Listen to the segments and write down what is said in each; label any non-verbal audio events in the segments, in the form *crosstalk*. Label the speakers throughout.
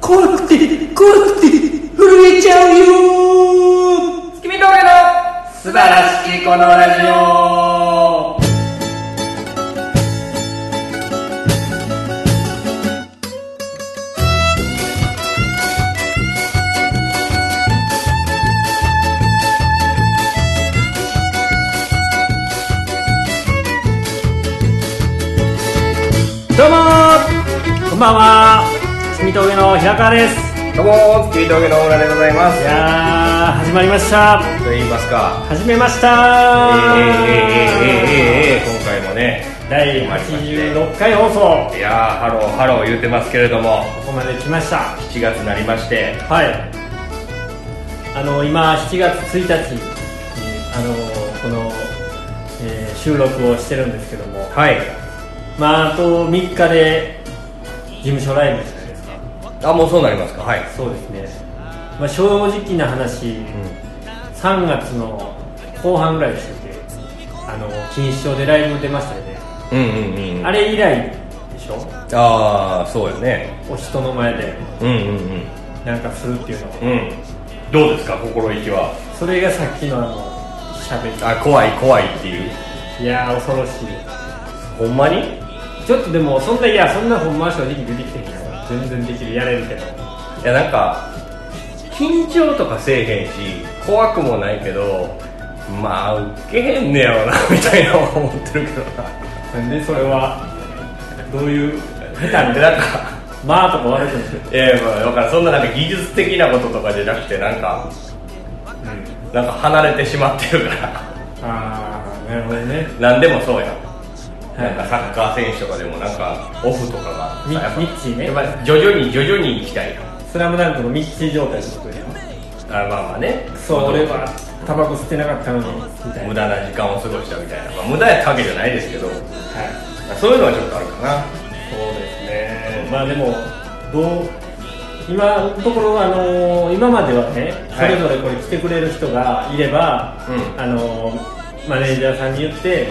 Speaker 1: 怖くて怖くて震えちゃうよ
Speaker 2: 月見峠の素晴らしきこのラジオ
Speaker 1: どうもこんばんは住峠の平川です
Speaker 2: どうも月見峠のオーラでございま
Speaker 1: い
Speaker 2: す
Speaker 1: やー始まりました
Speaker 2: と言いますか
Speaker 1: 始めまし
Speaker 2: え
Speaker 1: た
Speaker 2: ー、えー、えー、えー、えー、えー、今回もね
Speaker 1: 第86回放送
Speaker 2: いやーハローハロー言うてますけれども
Speaker 1: ここまで来ました
Speaker 2: 7月になりまして
Speaker 1: はいあの今7月1日にあのこの、えー収録をしてるんですけども
Speaker 2: はい
Speaker 1: まああと3日で事務所ライブじゃないですか
Speaker 2: あもうそうなりますかはい
Speaker 1: そうですね、まあ、正直な話、3月の後半ぐらいでしたっけあの錦糸町でライブ出ましたよね、
Speaker 2: うんうんうん
Speaker 1: あれ以来でしょ
Speaker 2: ああそうよね
Speaker 1: お人の前で
Speaker 2: うんうん
Speaker 1: なんかするっていうのは
Speaker 2: うんうんどうですか心意気は
Speaker 1: それがさっきのあの喋
Speaker 2: あ怖い怖いっていう
Speaker 1: りいやー恐ろし
Speaker 2: ほんまに
Speaker 1: いちょっとでもそんないやそんなほんまは正直出てきてへんよ全然できるやれるけど
Speaker 2: いやなんか緊張とかせえへんし怖くもないけどまあウケへんねやろな *laughs* みたいな思ってるけど
Speaker 1: なんでそれはどういう下手
Speaker 2: な
Speaker 1: に
Speaker 2: なんか
Speaker 1: まあとか悪くない
Speaker 2: いやいやまあだからそんななんか技術的なこととかじゃなくてなんかなんか離れてしまってるから *laughs*
Speaker 1: ああなるほどね
Speaker 2: 何でもそう
Speaker 1: は
Speaker 2: やん
Speaker 1: い
Speaker 2: なんかサッカー選手とかでもなんかオフとかが
Speaker 1: ミ
Speaker 2: やっぱ
Speaker 1: ミッチーね
Speaker 2: やっぱ徐々に徐々に行きたいやん
Speaker 1: スラムダンクのミッチー状態ってことや
Speaker 2: あまあまあね
Speaker 1: そう俺はタバコ吸ってなかったのにみたいな
Speaker 2: 無駄な時間を過ごしたみたいな、まあ、無駄やったわけじゃないですけど
Speaker 1: はい
Speaker 2: そういうのはちょっとあるかな
Speaker 1: そうですねまあでもどう今のところあのー今まではねそ
Speaker 2: はい
Speaker 1: れぞれこれ来てくれる人がいれば、
Speaker 2: うん
Speaker 1: あのーマネージャーさんに言って、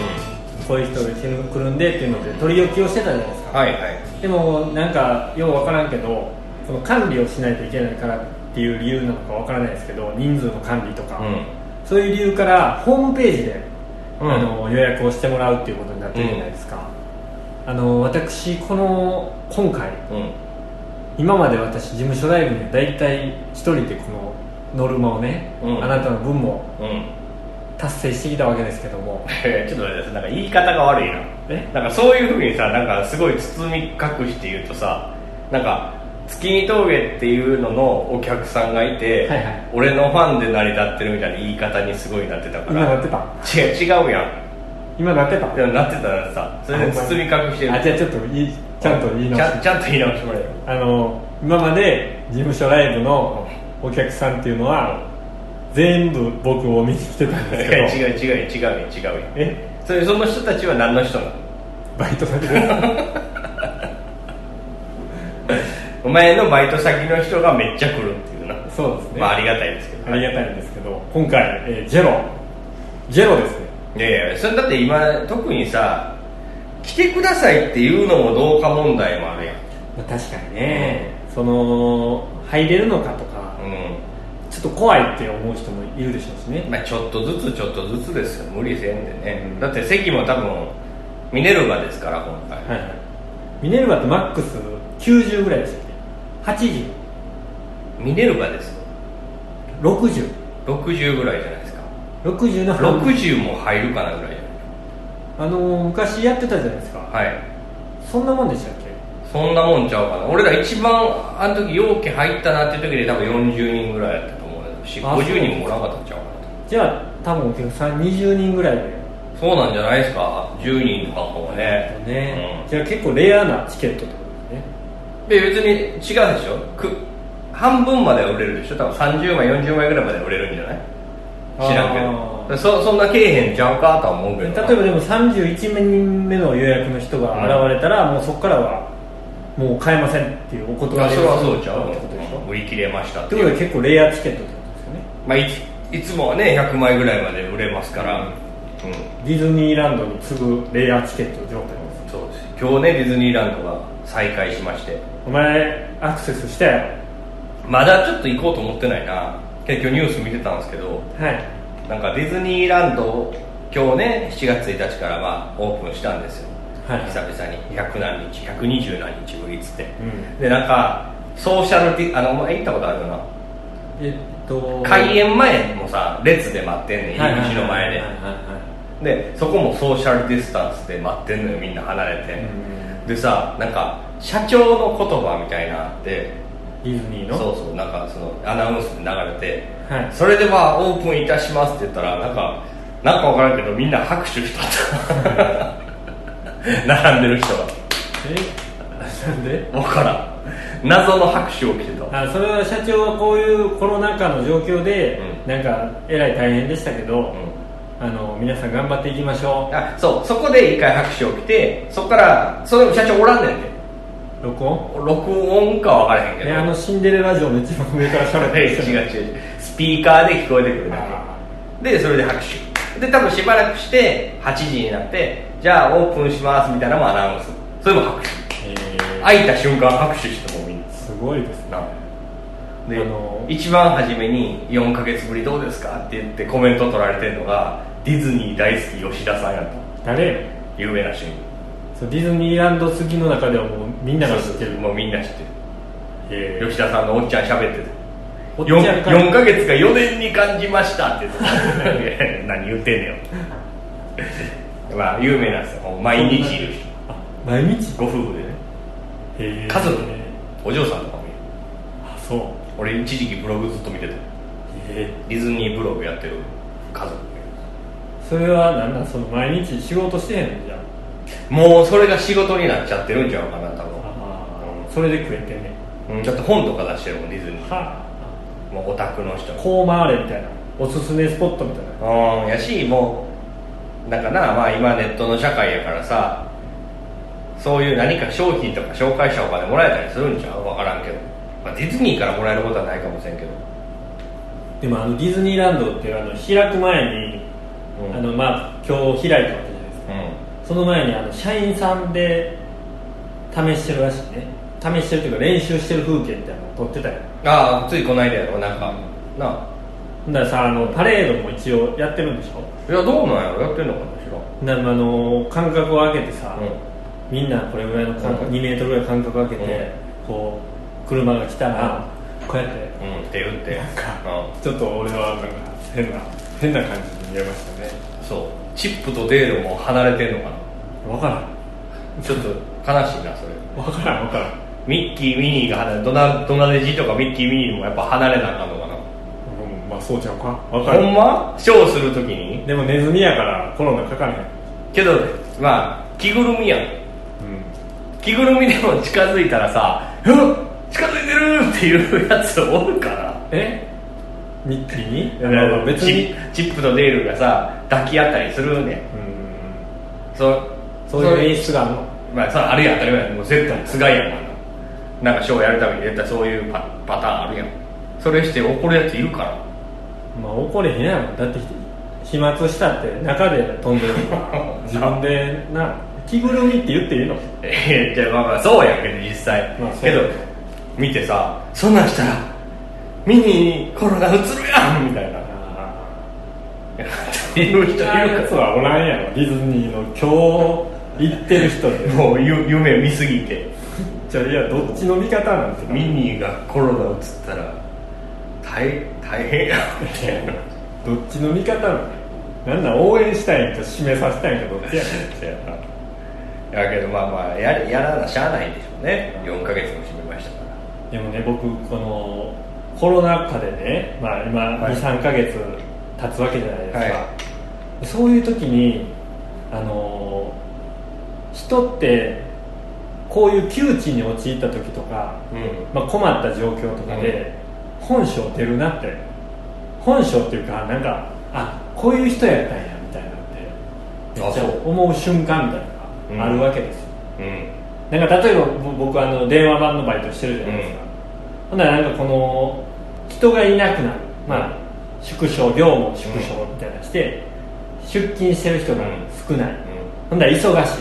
Speaker 1: こういう人がうちに来るんでっていうので取り置きをしてたじゃないですか
Speaker 2: はいはい
Speaker 1: でもなんかようわからんけどその管理をしないといけないからっていう理由なのかわからないですけど人数の管理とか、
Speaker 2: う
Speaker 1: そういう理由からホームページで、
Speaker 2: うん
Speaker 1: あの予約をしてもらうっていうことになってるじゃないですか、あの私この今回
Speaker 2: んうん
Speaker 1: 今まで私事務所ライブには大体一人でこのノルマをね、
Speaker 2: うん
Speaker 1: あなたの分も
Speaker 2: うん
Speaker 1: 達成してきたわけですけども
Speaker 2: ちょっと待ってなんか言い方が悪いな
Speaker 1: え
Speaker 2: なんかそういうふうにさなんかすごい包み隠して言うとさなんか月見峠っていうののお客さんがいて、
Speaker 1: はいはい
Speaker 2: 俺のファンで成り立ってるみたいな言い方にすごいなってたか
Speaker 1: 今な
Speaker 2: ら
Speaker 1: ってた
Speaker 2: 違う違うやん
Speaker 1: 今なってた
Speaker 2: でもなってたらさそれで包み隠してる
Speaker 1: あじゃあちょっといいちゃんと言い
Speaker 2: ち
Speaker 1: 直して
Speaker 2: ゃんちゃんと言い直してもらえる
Speaker 1: あの今まで事務所ライブのお客さんっていうのは全部僕を見に来てたん
Speaker 2: い
Speaker 1: ですけど
Speaker 2: や違う違う違うよ違うよ
Speaker 1: え
Speaker 2: それその人たちは何の人なの
Speaker 1: バイト先 *laughs* で
Speaker 2: お前のバイト先の人がめっちゃ来るっていうな
Speaker 1: すそうですね、
Speaker 2: まあありがたいですけど
Speaker 1: ありがたいんですけど今回、えージェロジェロですね
Speaker 2: いやいやそれだって今特にさ来てくださいっていうのもどうか問題もあるやん
Speaker 1: まあ確かにね、その入れるのかとか、
Speaker 2: う
Speaker 1: ちょっと怖いって思う人もいるでしょうしね
Speaker 2: ん、まあ、ちょっとずつちょっとずつですよ無理せんでね、
Speaker 1: うん
Speaker 2: だって席も多分ミネルヴァですから今回、
Speaker 1: はいはいミネルヴァってマックス90ぐらいでしたっけ8060
Speaker 2: ミネルヴァですよ
Speaker 1: 60
Speaker 2: 60ぐらいじゃないですか
Speaker 1: 60の半分
Speaker 2: 60も入るかなぐらいじ
Speaker 1: あのー昔やってたじゃないですか、
Speaker 2: ゃないはい
Speaker 1: そんなもんでしたっけ
Speaker 2: そんなもんちゃうかな俺ら一番あの時容器入ったなっていう時で多分40人ぐらいやったと思うし
Speaker 1: あそう
Speaker 2: 50人もおらんかったんちゃうかな
Speaker 1: じゃあ多分お客さん20人ぐらいで、
Speaker 2: そうなんじゃないですか10人とかもね
Speaker 1: ね
Speaker 2: うん
Speaker 1: じゃあ結構レアなチケットってことですね
Speaker 2: で別に違うでしょく半分までは売れるでしょ多分30枚40枚ぐらいまで売れるんじゃない知らん
Speaker 1: あ
Speaker 2: け
Speaker 1: ー
Speaker 2: どそそんなけえへんちゃうかとは思うけどな
Speaker 1: 例えばでも31人目の予約の人が現れたら、もうそこからはもう買えませんっていうお断
Speaker 2: あ
Speaker 1: り
Speaker 2: それはそうちゃ
Speaker 1: ってことでしょ
Speaker 2: う売り切れましたっ
Speaker 1: ってて
Speaker 2: い
Speaker 1: こ
Speaker 2: う
Speaker 1: とで結構レアチケットってことですよね
Speaker 2: まあ、いついつもはね100枚ぐらいまで売れますから、うん
Speaker 1: ディズニーランドに次ぐレアチケット状態です
Speaker 2: そうです今日ねディズニーランドが再開しまして
Speaker 1: お前アクセスして
Speaker 2: まだちょっと行こうと思ってないな結局ニュース見てたんですけど
Speaker 1: はい
Speaker 2: なんかディズニーランド今日ね7月1日からまあオープンしたんですよ、
Speaker 1: はい
Speaker 2: 久々に100何日120何日ぶりっつって、
Speaker 1: うん
Speaker 2: でなんかソーシャルディあのお前行ったことあるよな
Speaker 1: えっと
Speaker 2: 開園前もさ列で待ってんねん入り口の前で
Speaker 1: はいはいは
Speaker 2: でそこもソーシャルディスタンスで待ってんのよみんな離れて、
Speaker 1: う
Speaker 2: でさなんか社長の言葉みたいなのあって
Speaker 1: いディズニーの
Speaker 2: そうそうなんかそのアナウンスで流れて、
Speaker 1: はい
Speaker 2: それではオープンいたしますって言ったらなんかなんかわからんけどみんな拍手した *laughs* と並んでる人が
Speaker 1: え *laughs* なんで
Speaker 2: 分からん謎の拍手を受けてた
Speaker 1: あそれは社長はこういうコロナ禍の状況で、
Speaker 2: うん
Speaker 1: なんかえらい大変でしたけど、
Speaker 2: う
Speaker 1: あの皆さん頑張っていきましょ
Speaker 2: あそうそこで一回拍手を受けてそこからその社長おらんねんね
Speaker 1: う録音
Speaker 2: 録音か分からへんけど
Speaker 1: えあのシンデレラ城の一番上から喋っ
Speaker 2: 違う
Speaker 1: て
Speaker 2: *laughs*
Speaker 1: る人
Speaker 2: 違うスピーカーで聞こえてくるだけでそれで拍手で多分しばらくして8時になってじゃあオープンしますみたいなのもアナウンスそれも拍手
Speaker 1: え
Speaker 2: 開いた瞬間拍手してもうみんな
Speaker 1: ー、すごいですね
Speaker 2: なで、
Speaker 1: あのー
Speaker 2: 一番初めに「4ヶ月ぶりどうですか?」って言ってコメント取られてるのがディズニー大好き吉田さんやと
Speaker 1: 誰
Speaker 2: 有名なシーン
Speaker 1: そうディズニーランド好きの中ではもうみんなが知ってる
Speaker 2: もうみんな知って
Speaker 1: え
Speaker 2: る吉田さんのおっちゃん喋ってて
Speaker 1: おっち
Speaker 2: 4,
Speaker 1: ゃんから
Speaker 2: ヶ月が4年に感じましたって *laughs* 言って何言ってんねんよまあ有名なんですよ毎日いる人
Speaker 1: あ毎日
Speaker 2: ご夫婦でね
Speaker 1: へー
Speaker 2: 家族でねお嬢さんとかもいる
Speaker 1: あそう
Speaker 2: 俺一時期ブログずっと見てた
Speaker 1: え
Speaker 2: ディズニーブログやってる家族
Speaker 1: ーそれはなんなんその毎日仕事してへんのじゃん
Speaker 2: もうそれが仕事になっちゃってるんちゃうかな多
Speaker 1: あーそれで食えてんね
Speaker 2: 分、うん、だって本とか出してるもんディズニー
Speaker 1: はあ
Speaker 2: もうオタクの人
Speaker 1: こう回れみたいなおすすめスポットみたいな
Speaker 2: うんやしもうだからまあ今ネットの社会やからさそういう何か商品とか紹介したお金もらえたりするんちゃう分からんけど、まあ、ディズニーからもらえることはないかもしれんけど
Speaker 1: でもあのディズニーランドってあの開く前に、
Speaker 2: うん
Speaker 1: あのまあ今日開いたわけじゃないですか
Speaker 2: う
Speaker 1: その前にあの社員さんで試してるらしいね試してるというか練習してる風景みたいなのを撮ってたよ
Speaker 2: んああついこの間やろなんかなあ
Speaker 1: ほんだらさあのパレードも一応やってるんでしょ
Speaker 2: いやどうなんやろやってんのかな知らん
Speaker 1: なあの間隔を空けてさ、
Speaker 2: う
Speaker 1: みんなこれぐらいの間隔、
Speaker 2: うん
Speaker 1: 2メートルぐらい間隔を空けて、こう車が来たら、こうやって
Speaker 2: ん、うん、って言って
Speaker 1: なんか
Speaker 2: う
Speaker 1: ちょっと俺はなんか変な変な感じに見えましたね
Speaker 2: ん、そうチップとデールも離れてんのかな
Speaker 1: 分から
Speaker 2: ちょっと悲しいなそれ
Speaker 1: ん分からん分からん
Speaker 2: ミッキーミニーが離れドナドナデジとかミッキーミニーもやっぱ離れなあかんのかな
Speaker 1: うんまあそうちゃうか分
Speaker 2: ほんまショーするときに
Speaker 1: でもネズミやからコロナかかれへん
Speaker 2: けどまあ着ぐるみやん着ぐるみでも近づいたらさ「うわ近づいてる!」っていうやつおるから
Speaker 1: えミッキーに
Speaker 2: だから
Speaker 1: 別
Speaker 2: チ
Speaker 1: に
Speaker 2: ップチップとデールがさ抱き合ったりするねん
Speaker 1: うん
Speaker 2: そう
Speaker 1: そういう演出があるの
Speaker 2: まあ、さあれや当たり前やもう絶対つがいやんあんななんかショーやるために絶対そういうパパターンあるやんそれして怒るやついるから *laughs*
Speaker 1: まあ怒れへんやろだって飛沫したって中で飛ん
Speaker 2: *laughs*
Speaker 1: でるから自分でな着ぐるみって言っていいの
Speaker 2: えーじゃあまあまあそうやけど実際、
Speaker 1: まあそう
Speaker 2: けど見てさそんなんしたらミニにコロナうつるやんみたいなっ
Speaker 1: あ
Speaker 2: ていう人いる
Speaker 1: あいうやつ
Speaker 2: か
Speaker 1: はおらんやろディズニーの今日行ってる人で
Speaker 2: らもうゆ夢見すぎて
Speaker 1: じゃあいやどっちの味方なんて
Speaker 2: ミニがコロナうつったら大大変やんみたいな
Speaker 1: どっちの味方なんなんなん応援したいんか締めさせたいんかどっちやね
Speaker 2: そやなやけどまあまあややらなしゃあないでしょうね4ヶ月も閉めましたから
Speaker 1: んでもね僕このコロナ禍でねまあ今
Speaker 2: はい
Speaker 1: 23か月経つわけじゃないですか、
Speaker 2: はい
Speaker 1: でそういう時にあのー人ってこういう窮地に陥った時とか、
Speaker 2: うん
Speaker 1: まあ、困った状況とかで本性出るなって本性っていうかなんかあこういう人やったんやみたいなってめっちゃ
Speaker 2: あそう
Speaker 1: 思う瞬間みたいなのがあるわけですよ、なんか例えばぼ僕あの電話番のバイトしてるじゃないですか、
Speaker 2: うん
Speaker 1: ほんならなんかこの人がいなくなる、まあ、縮小量も縮小みたいなして、出勤してる人が少ない、ほんなら忙し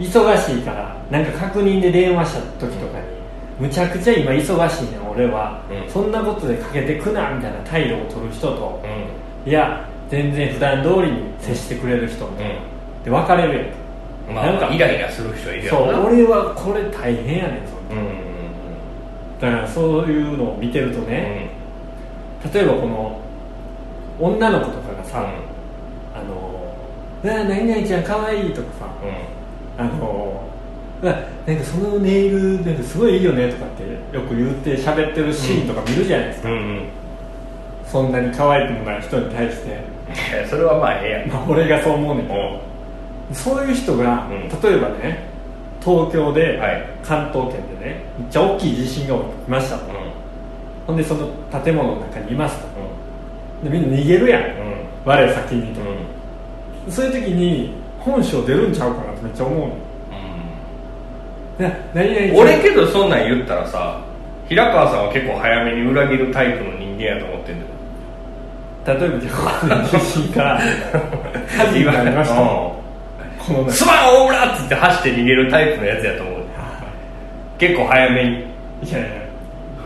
Speaker 1: い、忙しいからなんか確認で電話した時とかに、むちゃくちゃ今忙しいねん俺は、
Speaker 2: うん
Speaker 1: そんなことでかけてくなみたいな態度を取る人と
Speaker 2: う、ん
Speaker 1: いや全然普段通りに接してくれる人、で別れるや
Speaker 2: うん
Speaker 1: ん、
Speaker 2: まあ
Speaker 1: なんか
Speaker 2: イライラする人いる
Speaker 1: そ
Speaker 2: よ
Speaker 1: う
Speaker 2: な
Speaker 1: 俺はこれ大変やねんそれ
Speaker 2: うんうん
Speaker 1: だからそういうのを見てると
Speaker 2: うん
Speaker 1: ね、例えばこの女の子とかがさ、
Speaker 2: うん
Speaker 1: あの「うわ何々ちゃん可愛いとかさ
Speaker 2: う
Speaker 1: あのうわなんかそのネイルなんかすごいいいよねとかってよく言って喋ってるシーンとか見るじゃないですか、
Speaker 2: んうんうん
Speaker 1: そんなに可愛くもない人に対して、
Speaker 2: いやそれはまあええやん
Speaker 1: まあ、俺がそう思うねんけど、
Speaker 2: う
Speaker 1: そういう人が、
Speaker 2: うん
Speaker 1: 例えばね東京で、
Speaker 2: はい
Speaker 1: 関東圏でねめっちゃ大きい地震が起きましたと、
Speaker 2: ん
Speaker 1: ほんでその建物の中にいますとでみんな逃げるやん、
Speaker 2: うんうん
Speaker 1: 我先にと
Speaker 2: う、ん
Speaker 1: そういう時に本性出るんちゃうかなってめっちゃ思うのな何々ちゃん
Speaker 2: 俺けどそんなん言ったらさ平川さんは結構早めに裏切るタイプの人間やと思ってんだよ
Speaker 1: 例えばじゃあこの地震が火事になりましたこの
Speaker 2: うん
Speaker 1: 中
Speaker 2: すまんオーラっつって走って逃げるタイプのやつやと思う結構早めに
Speaker 1: いやいや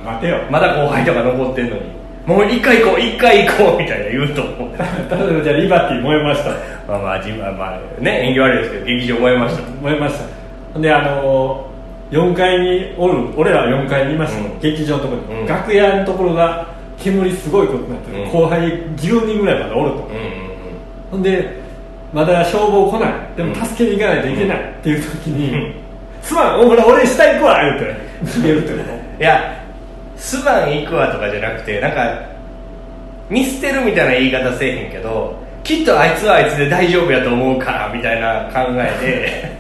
Speaker 1: 待てよ
Speaker 2: まだ後輩とか残ってんのにもう一回行こう一回行こうみたいな言うと思う
Speaker 1: 例えばじゃあリバティ燃えました
Speaker 2: まあまあ自分はまあね演技悪いですけど劇場燃えました
Speaker 1: 燃えましたほんであのー4階におる俺らは4階にいました、
Speaker 2: うん
Speaker 1: 劇場のところに、
Speaker 2: うん
Speaker 1: 楽屋のところが煙すごいことになってる、
Speaker 2: うん
Speaker 1: 後輩10人ぐらいまでおると、
Speaker 2: うんうん
Speaker 1: ほんでまだ消防来ないでも
Speaker 2: うん
Speaker 1: 助けに行かないといけないっていう時
Speaker 2: うん
Speaker 1: に「すまんおら俺下行くわ」言うて逃げるってこ
Speaker 2: うんいやすまん行くわとかじゃなくてなんか見捨てるみたいな言い方せえへんけどきっとあいつはあいつで大丈夫やと思うからみたいな考え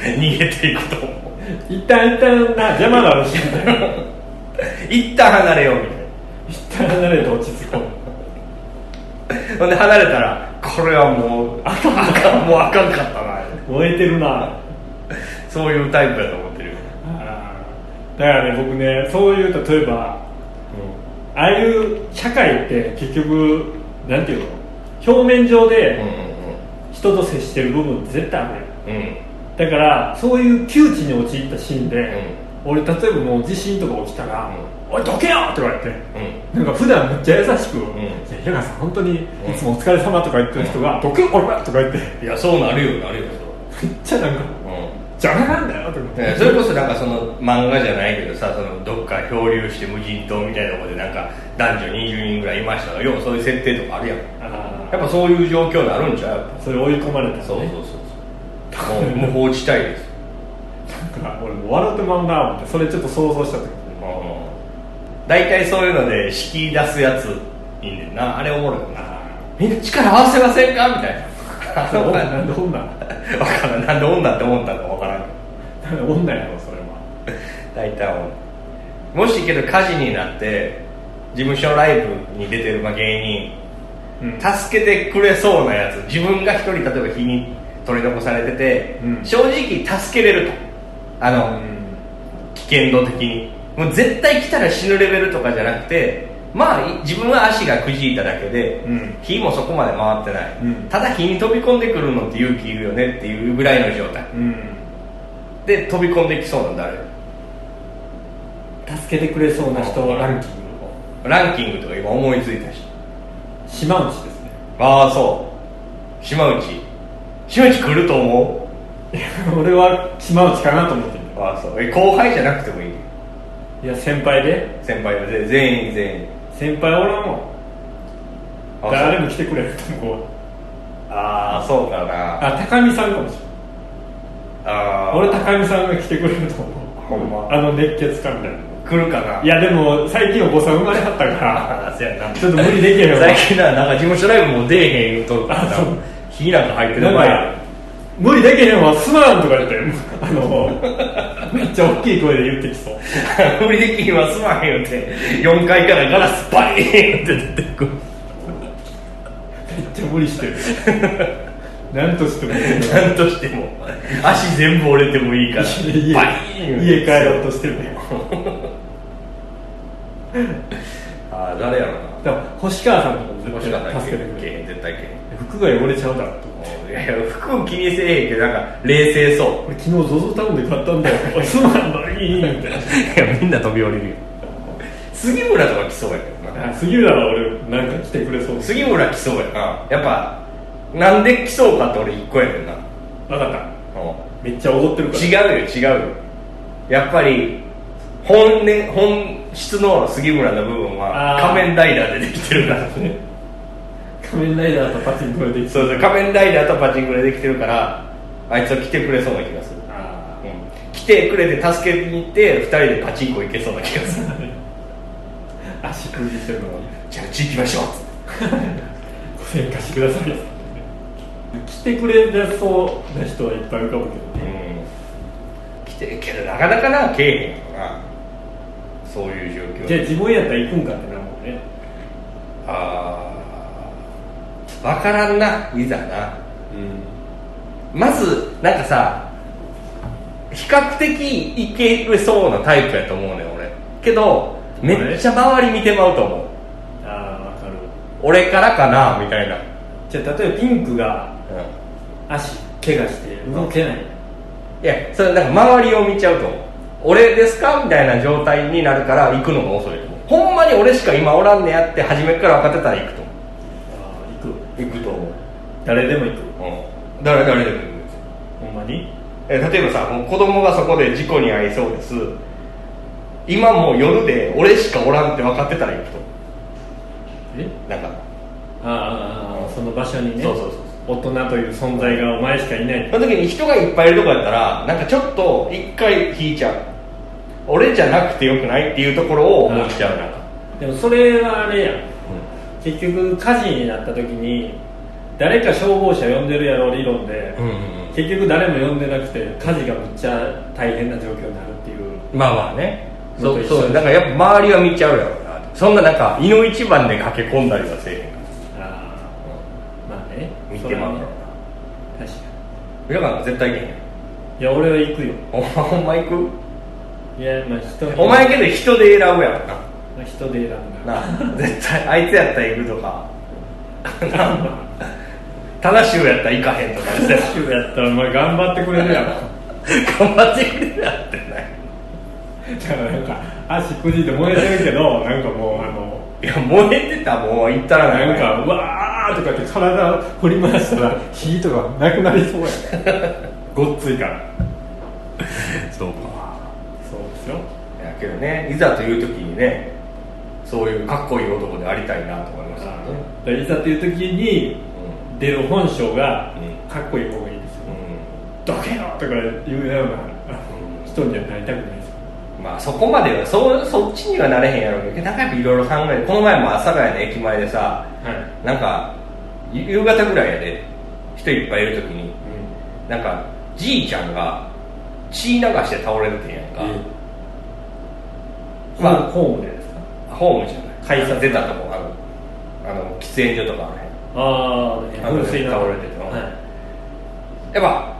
Speaker 2: で *laughs* 逃げていくと思う
Speaker 1: と
Speaker 2: *laughs*
Speaker 1: 一旦一旦な邪魔があるしみたいな
Speaker 2: 一旦離れようみたい
Speaker 1: 一
Speaker 2: な
Speaker 1: 旦離れて落ち着こう
Speaker 2: ほんで離れたらこれはもうあかんあかんもうあかんかったな
Speaker 1: 燃えてるな
Speaker 2: そういうタイプやと思ってるよ、
Speaker 1: あーだからね僕ねそういう例えばああいう社会って結局なんていうの表面上
Speaker 2: うん、う
Speaker 1: で
Speaker 2: ん
Speaker 1: 人と接してる部分って絶対あるやん
Speaker 2: うんうん
Speaker 1: だからそういう窮地に陥ったシーンで、俺例えばもう地震とか起きたら「おいどけよ!」って言われて
Speaker 2: うんうん
Speaker 1: なんか普段めっちゃ優しく「
Speaker 2: ん
Speaker 1: いや平川さん本当にいつもお疲れ様とか言ってる人が「どけよおら!」とか言ってめっ
Speaker 2: いやそうなるよなるよ
Speaker 1: ちゃなんか
Speaker 2: そう、う
Speaker 1: 「邪魔なんだよ!」とか言っ
Speaker 2: ん、
Speaker 1: て
Speaker 2: ねそれこそなんかその漫画じゃないけどさそのどっか漂流して無人島みたいなとこでなんか男女20人ぐらいいましたが要はそういう設定とかあるやんや
Speaker 1: あ
Speaker 2: っぱそういう状況になるんちゃうやっぱ
Speaker 1: ーそれ追い込まれたらね
Speaker 2: そうそうそうそうもう無法地帯です
Speaker 1: なんか俺もう笑ってまんな思ってそれちょっと想像した時に
Speaker 2: 大体そういうので引き出すやついいねんなあれおもろいよな
Speaker 1: あ
Speaker 2: みんな力合わせませんかみたいな
Speaker 1: あ
Speaker 2: あ
Speaker 1: ど
Speaker 2: の
Speaker 1: んな
Speaker 2: *laughs* わ
Speaker 1: どんな
Speaker 2: からんなんで女って思ったのかわからん
Speaker 1: 女やろそれは
Speaker 2: 大体女もしけど火事になって事務所ライブに出てるまあ芸
Speaker 1: うん
Speaker 2: 人助けてくれそうなやつ自分が一人例えば日に取り残されてて、
Speaker 1: うん
Speaker 2: 正直助けれるとあの、危険度的にもう絶対来たら死ぬレベルとかじゃなくてまあい自分は足がくじいただけで、
Speaker 1: うん
Speaker 2: 火もそこまで回ってない、
Speaker 1: うん
Speaker 2: ただ火に飛び込んでくるのって勇気いるよねっていうぐらいの状態
Speaker 1: うん
Speaker 2: で飛び込んできそうなんだあれ
Speaker 1: 助けてくれそうな人ランキング
Speaker 2: ランキングとか今思いついたし
Speaker 1: 島内ですね *laughs*
Speaker 2: ああそう島内島内来ると思
Speaker 1: 俺は島内かなと思ってる
Speaker 2: うああそうえ後輩じゃなくてもいい
Speaker 1: いや先輩で
Speaker 2: 先輩はぜ全員全員
Speaker 1: 先輩俺はも
Speaker 2: あ
Speaker 1: う誰も来てくれると思う
Speaker 2: そうああそうかな
Speaker 1: あ高見さんかもしれない
Speaker 2: ああ
Speaker 1: 俺高見さんが来てくれると思う
Speaker 2: ほんま
Speaker 1: あの熱血感みたいな
Speaker 2: 来るかない
Speaker 1: やでも最近お子さん生まれはったから
Speaker 2: ああそうやな
Speaker 1: ちょっと無理できへんわ
Speaker 2: 最近ななんか事務所ライブも出えへん言うとるから
Speaker 1: あそう
Speaker 2: 火なんか入ってる
Speaker 1: なん
Speaker 2: 前や
Speaker 1: か無理できへんわすまんとか言ってあのめっちゃ大きい声で言ってきそう
Speaker 2: 無理できへんはすまん言うて4階からガラスバリーンって出てくる
Speaker 1: めっちゃ無理してるなんとしてもいいの
Speaker 2: なんとしても足全部折れてもいいから
Speaker 1: 家
Speaker 2: バリーン
Speaker 1: 家帰ろうとしてるね
Speaker 2: ああ誰やろな
Speaker 1: でも星川さんとかも
Speaker 2: も
Speaker 1: 絶
Speaker 2: しかした
Speaker 1: 対
Speaker 2: ら
Speaker 1: 助けてくれる
Speaker 2: けへん絶対けへん
Speaker 1: 服が汚れちゃうだろうと思って
Speaker 2: いやいや服を気にせえへんけどなんか冷静そ
Speaker 1: これ昨日 ZOZO タウンで買ったんだよおいそうなんだいいみたいな
Speaker 2: ういやみんな飛び降りるよ杉村とか来そうやけどな
Speaker 1: あ杉浦は俺なんか来てくれそう
Speaker 2: 杉村来そうやなやっぱなんで来そうかって俺一個やねんな
Speaker 1: 分かった
Speaker 2: うん
Speaker 1: めっちゃおごってるから
Speaker 2: 違うよ違うよやっぱり本音本質の杉村の部分は
Speaker 1: あー
Speaker 2: 仮面ライダーでできてるからね
Speaker 1: 仮面ライダーとパチンコででき
Speaker 2: そうそう仮面ライダーとパチンコでできてるからあいつは来てくれそうな気がする、
Speaker 1: あ
Speaker 2: うん、来てくれて助けに行って2人でパチンコ行けそうな気がする
Speaker 1: あ足くじしてるのは
Speaker 2: じゃあうち行きましょうっつって
Speaker 1: 5000貸してください来てくれなそうな人はいっぱい浮かぶけどね
Speaker 2: うん来てるけどなかなかなけえへんよなそういう状況
Speaker 1: じゃあ自分やったら行くんかってなるもんね
Speaker 2: ああ分からんないざな
Speaker 1: うん
Speaker 2: まずなんかさ比較的いけるそうなタイプやと思うねん俺けどめっちゃ周り見てまうと思う
Speaker 1: ああ分かる
Speaker 2: 俺からかなみたいな、
Speaker 1: じゃあ例えばピンクが
Speaker 2: う
Speaker 1: 足怪我して動けない、
Speaker 2: ん、いやそれなんか周りを見ちゃうと思う俺ですかみたいな状態になるから行くのが遅いと思うほんまに俺しか今おらんねやって初めから分かってたら行くと思
Speaker 1: あー行く
Speaker 2: う行くと思
Speaker 1: 誰でも行く
Speaker 2: う、うん、誰誰でも行く
Speaker 1: ほんまに
Speaker 2: えー例えばさもう子供がそこで事故に遭いそうです今もう夜で俺しかおらんって分かってたら行くと
Speaker 1: え
Speaker 2: なんか
Speaker 1: ああああその場所にね
Speaker 2: そうそうそう
Speaker 1: 大人という存在がお前しかいない
Speaker 2: その時に人がいっぱいいるとこやったらなんかちょっと一回引いちゃう俺じゃなくてよくないっていうところを思っちゃうなんか、
Speaker 1: でもそれはあれやん結局火事になった時に誰か消防車呼んでるやろ理論で、
Speaker 2: うんうん
Speaker 1: 結局誰も呼んでなくて火事がむっちゃ大変な状況になるっていう
Speaker 2: まあまあねそ
Speaker 1: も
Speaker 2: う
Speaker 1: っと一緒
Speaker 2: そうなんかやっぱ周りは見ちゃうやろうなそんななんか胃の一番で駆け込んだりはせえへんか
Speaker 1: あ
Speaker 2: ら、
Speaker 1: ーまあね
Speaker 2: 見てまうから
Speaker 1: そ
Speaker 2: な
Speaker 1: れはね確か
Speaker 2: だから絶対行けへんよ
Speaker 1: にいや俺は行くよ
Speaker 2: *laughs* お前ほんま行く
Speaker 1: いやまあ人
Speaker 2: お前けど人で選ぶやろな
Speaker 1: まあ人で選ぶな
Speaker 2: *laughs* なあ絶対あいつやったら行くとか *laughs* なあタナシュウやったら行かへんとか
Speaker 1: 久
Speaker 2: *laughs*
Speaker 1: しぶりやったらお前頑張ってくれるやろ *laughs*
Speaker 2: 頑張ってくれなってない
Speaker 1: だからなんか足くじって燃えてるけどなんかもうあの
Speaker 2: いや燃えてたもん行ったら
Speaker 1: な
Speaker 2: なんん
Speaker 1: か
Speaker 2: か
Speaker 1: うわーとかって体振り回したら火とかなくなりそうやねごっついから
Speaker 2: そうか
Speaker 1: そうですよ
Speaker 2: いやけどねいざという時にねそういうかっこいい男でありたいなと思いましたね
Speaker 1: だいざという時に出る本性が
Speaker 2: う
Speaker 1: かっこいい方がいいですよ、
Speaker 2: うん、
Speaker 1: どけよとかいうような
Speaker 2: うん
Speaker 1: 人にはなりたくないですよ
Speaker 2: まあそこまではそうそっちにはなれへんやろうけどなんかやっぱいろいろ考えてこの前も阿佐ヶ谷の駅前でさ
Speaker 1: はい、
Speaker 2: なんかゆ夕方ぐらいやで人いっぱいいる時になんかじいちゃんが血流して倒れてんやんか、
Speaker 1: うん、
Speaker 2: ま
Speaker 1: ま
Speaker 2: あ
Speaker 1: あホームでですか
Speaker 2: ホームじゃない会社出たとこあのあの喫煙所とかあの
Speaker 1: ああ
Speaker 2: あ
Speaker 1: 噴水の
Speaker 2: 倒れてた
Speaker 1: はい、
Speaker 2: 辺やっぱ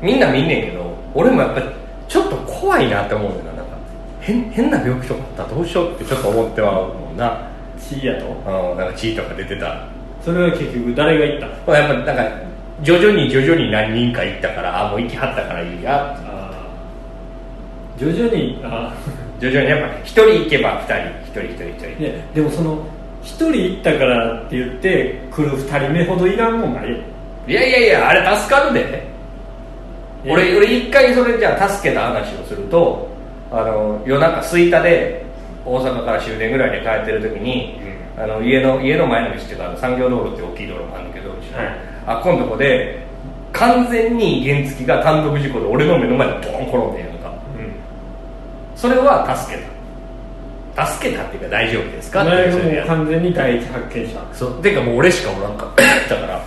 Speaker 2: みんな見んねんけど俺もやっぱちょっと怖いなって思うねんだよななんか変変な病気とかあったらどうしようってちょっと思っては思うな
Speaker 1: 血やと
Speaker 2: うんなんか血とか出てたら
Speaker 1: それは結局誰が言ったの
Speaker 2: まあやっぱなんか徐々に徐々に何人か行ったからあもう行きはったからいいやって
Speaker 1: あー徐々にあ
Speaker 2: 徐々にやっぱ一人行けば二人一人一人一
Speaker 1: ー
Speaker 2: 人
Speaker 1: ねでもその一人行ったからって言って来る二人目ほどいらんもんないよ
Speaker 2: いやいやいやあれ助かるで
Speaker 1: え
Speaker 2: 俺俺一回それじゃあ助けた話をするとあの夜中スイタで大阪から終電ぐらいで帰ってる時に、あの家の家の前の道っていうかあの産業道路って大きい道路があるんだけど、うちの
Speaker 1: はい
Speaker 2: あっこんとこで完全に原付が単独事故で俺の目の前でボーン転んでんやんか
Speaker 1: うん
Speaker 2: それは助けた助けたっていうか大丈夫ですか
Speaker 1: お
Speaker 2: って
Speaker 1: 前
Speaker 2: それ
Speaker 1: がも
Speaker 2: で
Speaker 1: う完全に第一発見者、
Speaker 2: そうてかもう俺しかおらんかっただから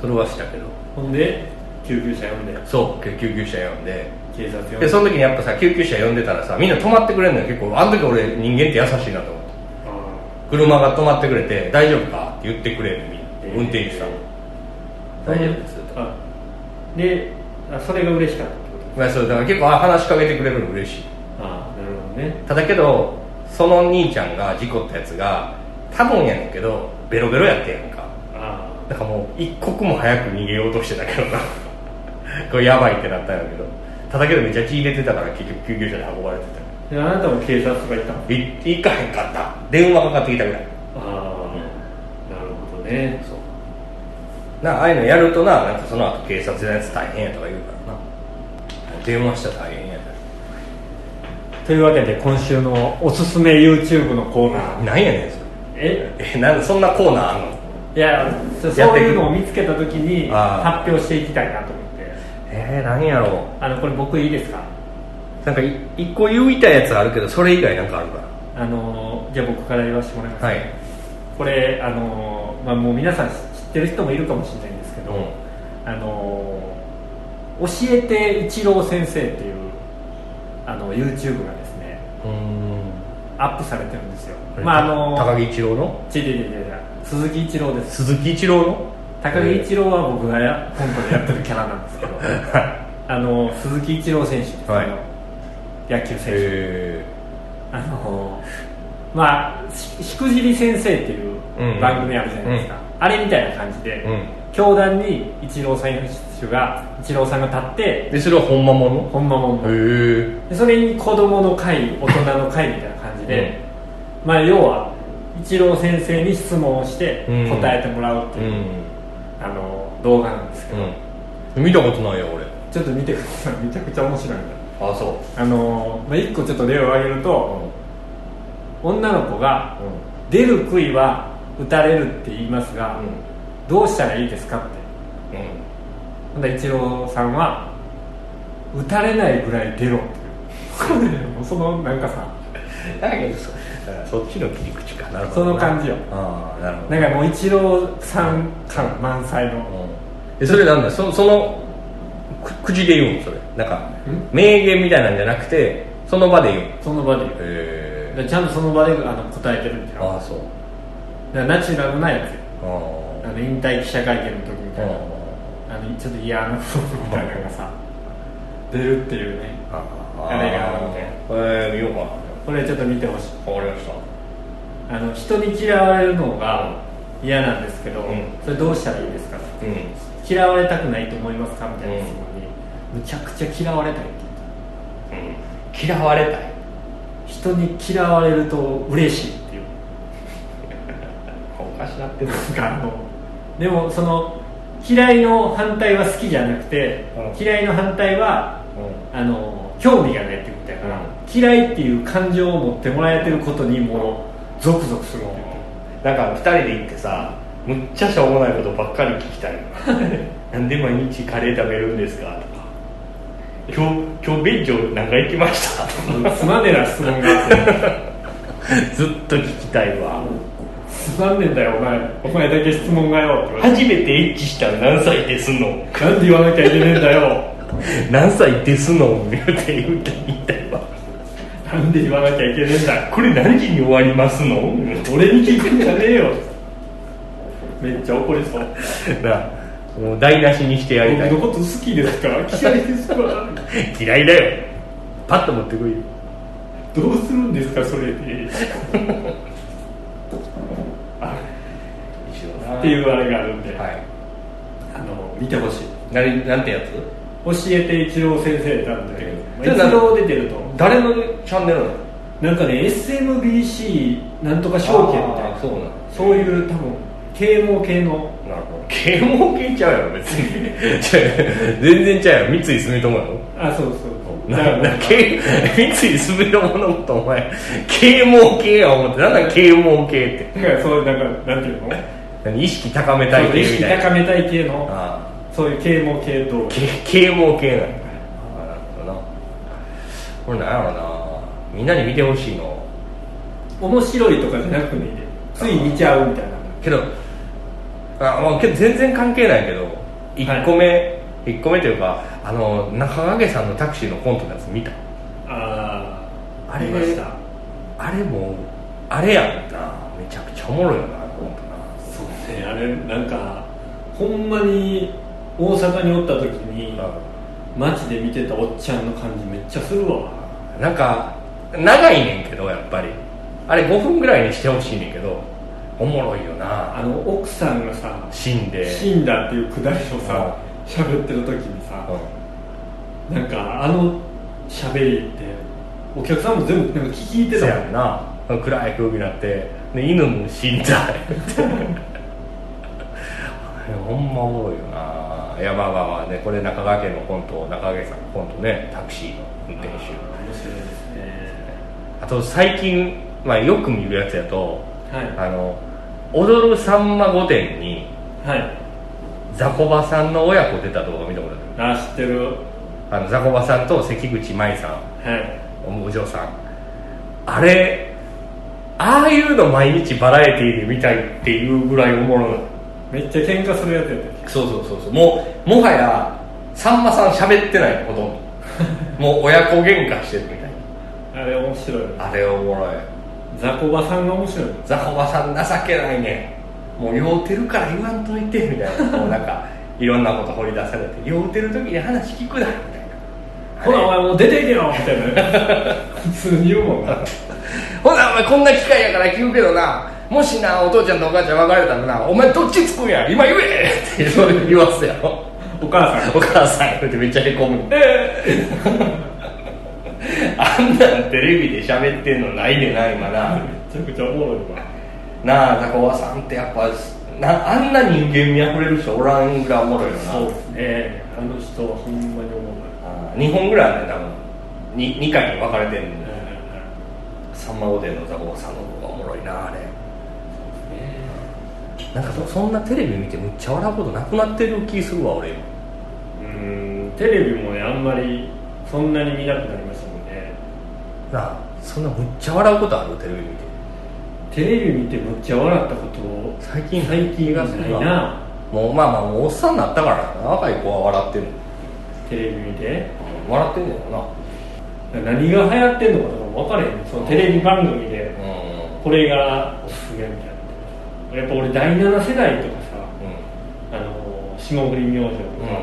Speaker 2: それはしたけど
Speaker 1: ほんで救急車呼んで
Speaker 2: そう救救急車呼んで
Speaker 1: 警察呼ん
Speaker 2: で
Speaker 1: で
Speaker 2: その時にやっぱさ救急車呼んでたらさみんな止まってくれんのよ結構あの時俺人間って優しいなと思って
Speaker 1: あ
Speaker 2: 車が止まってくれて「大丈夫か?」って言ってくれるみんな
Speaker 1: えー
Speaker 2: 運転手さんも「
Speaker 1: ー
Speaker 2: 大丈夫です」とか
Speaker 1: あであそれが嬉しかったってこ
Speaker 2: まあそうだから結構あ話しかけてくれるの嬉しい
Speaker 1: とああなるほどね
Speaker 2: ただけどその兄ちゃんが事故ったやつが多分やねんけどベロベロやってんやんか
Speaker 1: あ
Speaker 2: だからもう一刻も早く逃げようとしてたけどな *laughs* これやばいってなったんやけどただけどめっちゃ血入れてたから結局救急車で運ばれてた
Speaker 1: であなたも警察とか行ったの
Speaker 2: い行かへんかった電話かかってきたぐらい
Speaker 1: ああなるほどね
Speaker 2: そうなああいうのやるとななんかその後警察のやつ大変やとか言うからな電話したら大変や
Speaker 1: というわけで今週のおすすめ YouTube のコーナー
Speaker 2: なんやねんそ
Speaker 1: え
Speaker 2: れえなんでそんなコーナーあんの
Speaker 1: いやそ
Speaker 2: や
Speaker 1: そ
Speaker 2: っ
Speaker 1: う
Speaker 2: ていく
Speaker 1: いうのを見つけた時に
Speaker 2: あー
Speaker 1: 発表していきたいなと思って
Speaker 2: えー、何やろ
Speaker 1: あのこれ僕いいですか
Speaker 2: うなんかい一個言いたいやつあるけどそれ以外なんかあるか
Speaker 1: あのーじゃあ僕から言わせてもらいます、
Speaker 2: らはい
Speaker 1: これあのー、まあ、もう皆さん知ってる人もいるかもしれないんですけど、
Speaker 2: うん
Speaker 1: あのー教えてイチロー先生っていうあの YouTube がですね
Speaker 2: うん
Speaker 1: アップされてるんですよまああのー
Speaker 2: 高木一郎の
Speaker 1: 違う違う違う違う鈴木一郎です
Speaker 2: 鈴木一郎の
Speaker 1: 高木一郎は僕がやコントでやってるキャラなんです
Speaker 2: *laughs*
Speaker 1: けどあの鈴木一郎選手ですよ、
Speaker 2: はい
Speaker 1: 野球選手、
Speaker 2: え
Speaker 1: あのまあししくじり先生っていう
Speaker 2: うん
Speaker 1: 番組あるじゃないですか、
Speaker 2: うん
Speaker 1: あれみたいな感じで、
Speaker 2: えうん
Speaker 1: 教団に一郎選手が一郎さんが立って
Speaker 2: でそれは本間もの
Speaker 1: ほんまもんま
Speaker 2: へえ
Speaker 1: でそれに子供の会大人の会みたいな感じで、まあ要は一郎先生に質問をして
Speaker 2: うん
Speaker 1: 答えてもらうって
Speaker 2: う
Speaker 1: いう、
Speaker 2: ん
Speaker 1: あの動画なんですけど、
Speaker 2: うん見たことないよ俺
Speaker 1: ちょっと見てくださいめちゃくちゃ面白いんだ
Speaker 2: あそう
Speaker 1: あの、まあ、一個ちょっと例を挙げると女の子が
Speaker 2: うん
Speaker 1: 「出る杭は打たれる」って言いますが、どうしたらいいですかって
Speaker 2: うんうん
Speaker 1: ほんで一郎さんは「打たれないぐらい出ろ」っていうもうそのなんかさ
Speaker 2: だけどそそっちの切り口かなるほど
Speaker 1: その感じよ
Speaker 2: ああなるほど
Speaker 1: なんかもう一郎さん感満載の
Speaker 2: うんえそれなんだそそのく口で言うのそれなんか名言みたいなんじゃなくてその場で言うのへ
Speaker 1: その場で言う
Speaker 2: え
Speaker 1: でちゃんとその場であの答えてるみたいな
Speaker 2: ああそう
Speaker 1: だからナチュラルなやつよ
Speaker 2: あ
Speaker 1: あ
Speaker 2: ー
Speaker 1: の引退記者会見の時み
Speaker 2: あ
Speaker 1: たいな
Speaker 2: ー
Speaker 1: あのちょっと嫌な部分みたいなのがさ *laughs* 出るっていうね
Speaker 2: あー
Speaker 1: あれがあるみたいな
Speaker 2: えー、見ようかな
Speaker 1: これちょっと見てほしい
Speaker 2: わかりました
Speaker 1: あの人に嫌われるのが嫌なんですけど、
Speaker 2: うん
Speaker 1: それどうしたらいいですか
Speaker 2: うん
Speaker 1: 嫌われたくないと思いますかみたいな質問に、むちゃくちゃ嫌われたいって
Speaker 2: うん嫌われたい
Speaker 1: 言った人に嫌われると嬉しいっていう
Speaker 2: おかしなってる
Speaker 1: なんかあのでもその嫌いの反対は好きじゃなくて、
Speaker 2: うん
Speaker 1: 嫌いの反対は
Speaker 2: う
Speaker 1: あの興味がないってことやから、嫌いっていう感情を持ってもらえてることにもうゾクゾクするっていうか
Speaker 2: んなんか二人で行ってさむっちゃしょうもないことばっかり聞きたい *laughs* のなんで毎日カレー食べるんですかとか今日今日便所何回行きました *laughs* とか
Speaker 1: つまんねえな質問があって
Speaker 2: ずっと聞きたいわ
Speaker 1: *laughs* つまんねえんだよお前お前だけ質問がよって言われて
Speaker 2: 初めてエッチしたの何歳ですの
Speaker 1: *laughs* なんで言わなきゃいけねえんだよ
Speaker 2: 何歳ですの言うて言うて言いたいわ
Speaker 1: なんで言わなきゃいけねえんだ
Speaker 2: これ何時に終わりますの
Speaker 1: 俺に聞くんじゃねえよめっちゃ怒りそう
Speaker 2: なもう台無しにしてやりたい
Speaker 1: 僕のこと好きですか嫌いですか
Speaker 2: 嫌いだよパッと持ってこいよ
Speaker 1: どうするんですかそれでっていうあれがあるんで、
Speaker 2: はい
Speaker 1: あの見てほしい
Speaker 2: 何なんてやつ
Speaker 1: 教えて一郎先生なんだけど、まあ、
Speaker 2: それな
Speaker 1: 一郎出てると
Speaker 2: 誰のチャンネルなの
Speaker 1: なんかね SMBC なんとか証券みたい
Speaker 2: あー
Speaker 1: な
Speaker 2: そうなの
Speaker 1: そういう多分啓蒙系の
Speaker 2: なるほど啓蒙系ちゃうやろ別に全然ちゃうやろ三井住友やろ
Speaker 1: あそうそう
Speaker 2: な
Speaker 1: だから
Speaker 2: な
Speaker 1: なんか
Speaker 2: け *laughs* 三井住友のことお前啓蒙系や思ってなんだ啓蒙系って
Speaker 1: だからそうなんかなんていうの
Speaker 2: 何意識高めたい
Speaker 1: そう
Speaker 2: 系
Speaker 1: 意
Speaker 2: み
Speaker 1: 識
Speaker 2: たいな
Speaker 1: 高めたい系の
Speaker 2: あ
Speaker 1: そういう啓蒙系動
Speaker 2: あ
Speaker 1: 画
Speaker 2: け啓蒙系なんだああなるほどなこれなんやろなみんなに見てほしいの
Speaker 1: 面白いとかじゃなくていいでつい見ちゃうみたいな
Speaker 2: けどあ、まあ、けど全然関係ないけど1個目、一個目というかあの中影さんのタクシーのコントのやつ見た
Speaker 1: ああ
Speaker 2: あ
Speaker 1: あ
Speaker 2: れ
Speaker 1: りました
Speaker 2: あれもあれやんなめちゃくちゃおもろいよなコン
Speaker 1: そ
Speaker 2: トな
Speaker 1: うねあれなんかほんまに大阪におった時に街で見てたおっちゃんの感じめっちゃするわ
Speaker 2: なんか長いねんけどやっぱりあれ5分ぐらいにしてほしいねんけどおもろいよな
Speaker 1: あの奥さんがさ
Speaker 2: 死んで
Speaker 1: 死んだっていうくだりをさ喋ってる時にさなんかあの喋りってお客さんも全部なんか聞いてた
Speaker 2: そう
Speaker 1: よ
Speaker 2: やんな暗い空気になってで犬も死んだほんまおもろいよないやまあまあまあねこれ中川家のコント中川家さんのコントねタクシーの運
Speaker 1: 面
Speaker 2: 転
Speaker 1: 白い
Speaker 2: 手
Speaker 1: ですね
Speaker 2: あと最近、まあ、よく見るやつやと
Speaker 1: はい
Speaker 2: あの踊るさんま御殿に
Speaker 1: はい
Speaker 2: ザコバさんの親子出た動画見たこと
Speaker 1: あ知ってる
Speaker 2: あるあのザコバさんと関口舞さん
Speaker 1: はい
Speaker 2: お嬢さんあれああいうの毎日バラエティーで見たいっていうぐらいおもろい
Speaker 1: めっちゃ喧嘩するやつやったっ
Speaker 2: そうそうそうそうもうもはやさんまさん喋ってないほとんどもう親子喧嘩してるみたい
Speaker 1: けあれ面白い
Speaker 2: なあれおもろい
Speaker 1: ザコバさんが面白い
Speaker 2: ザコバさん情けないねもう酔うてるから言わんといてみたいなもうなんかいろんなこと掘り出されて酔うてる時に話聞くなみたいな
Speaker 1: ほらお
Speaker 2: あれ
Speaker 1: 前もう出ていけよみたいな普通に言うもんな
Speaker 2: ほなお前こんな機会やから聞くけどなもしなお父ちゃんとお母ちゃん別れたらなお前どっちつくんや今言えって言わすやろ
Speaker 1: お母さん
Speaker 2: お母さんやってめっちゃへこむあんなんテレビで喋ってんのないでな今な
Speaker 1: めちゃくちゃおもろいわ
Speaker 2: なあザコバさんってやっぱなあんな人間味あふれる人おらんぐらいおもろいよな
Speaker 1: そうですねあの人はほんまにおもろい
Speaker 2: あ2本ぐらいあるね多分 2, 2回に分かれてるんで
Speaker 1: え
Speaker 2: さんま御殿のザコバさんの方がおもろいなあれなんかそそんなテレビ見てむっちゃ笑うことなくなってる気するわ俺今
Speaker 1: ーうんテレビもねあんまりそんなに見なくなりましたもんね
Speaker 2: なあそんなむっちゃ笑うことあるテレビ見て
Speaker 1: テレビ見てむっちゃ笑ったことを
Speaker 2: 最近
Speaker 1: 最近が
Speaker 2: が
Speaker 1: ないな
Speaker 2: もうまあまあもうおっさんになったからな若い子は笑ってる
Speaker 1: テレビ見て
Speaker 2: 笑ってんだよな
Speaker 1: 何が流行ってんのかとかも分からへんそのテレビ番組で
Speaker 2: う
Speaker 1: これがおすすめみたいなやっぱ俺第7世代とかさ
Speaker 2: んうん
Speaker 1: あの霜降り明星とか、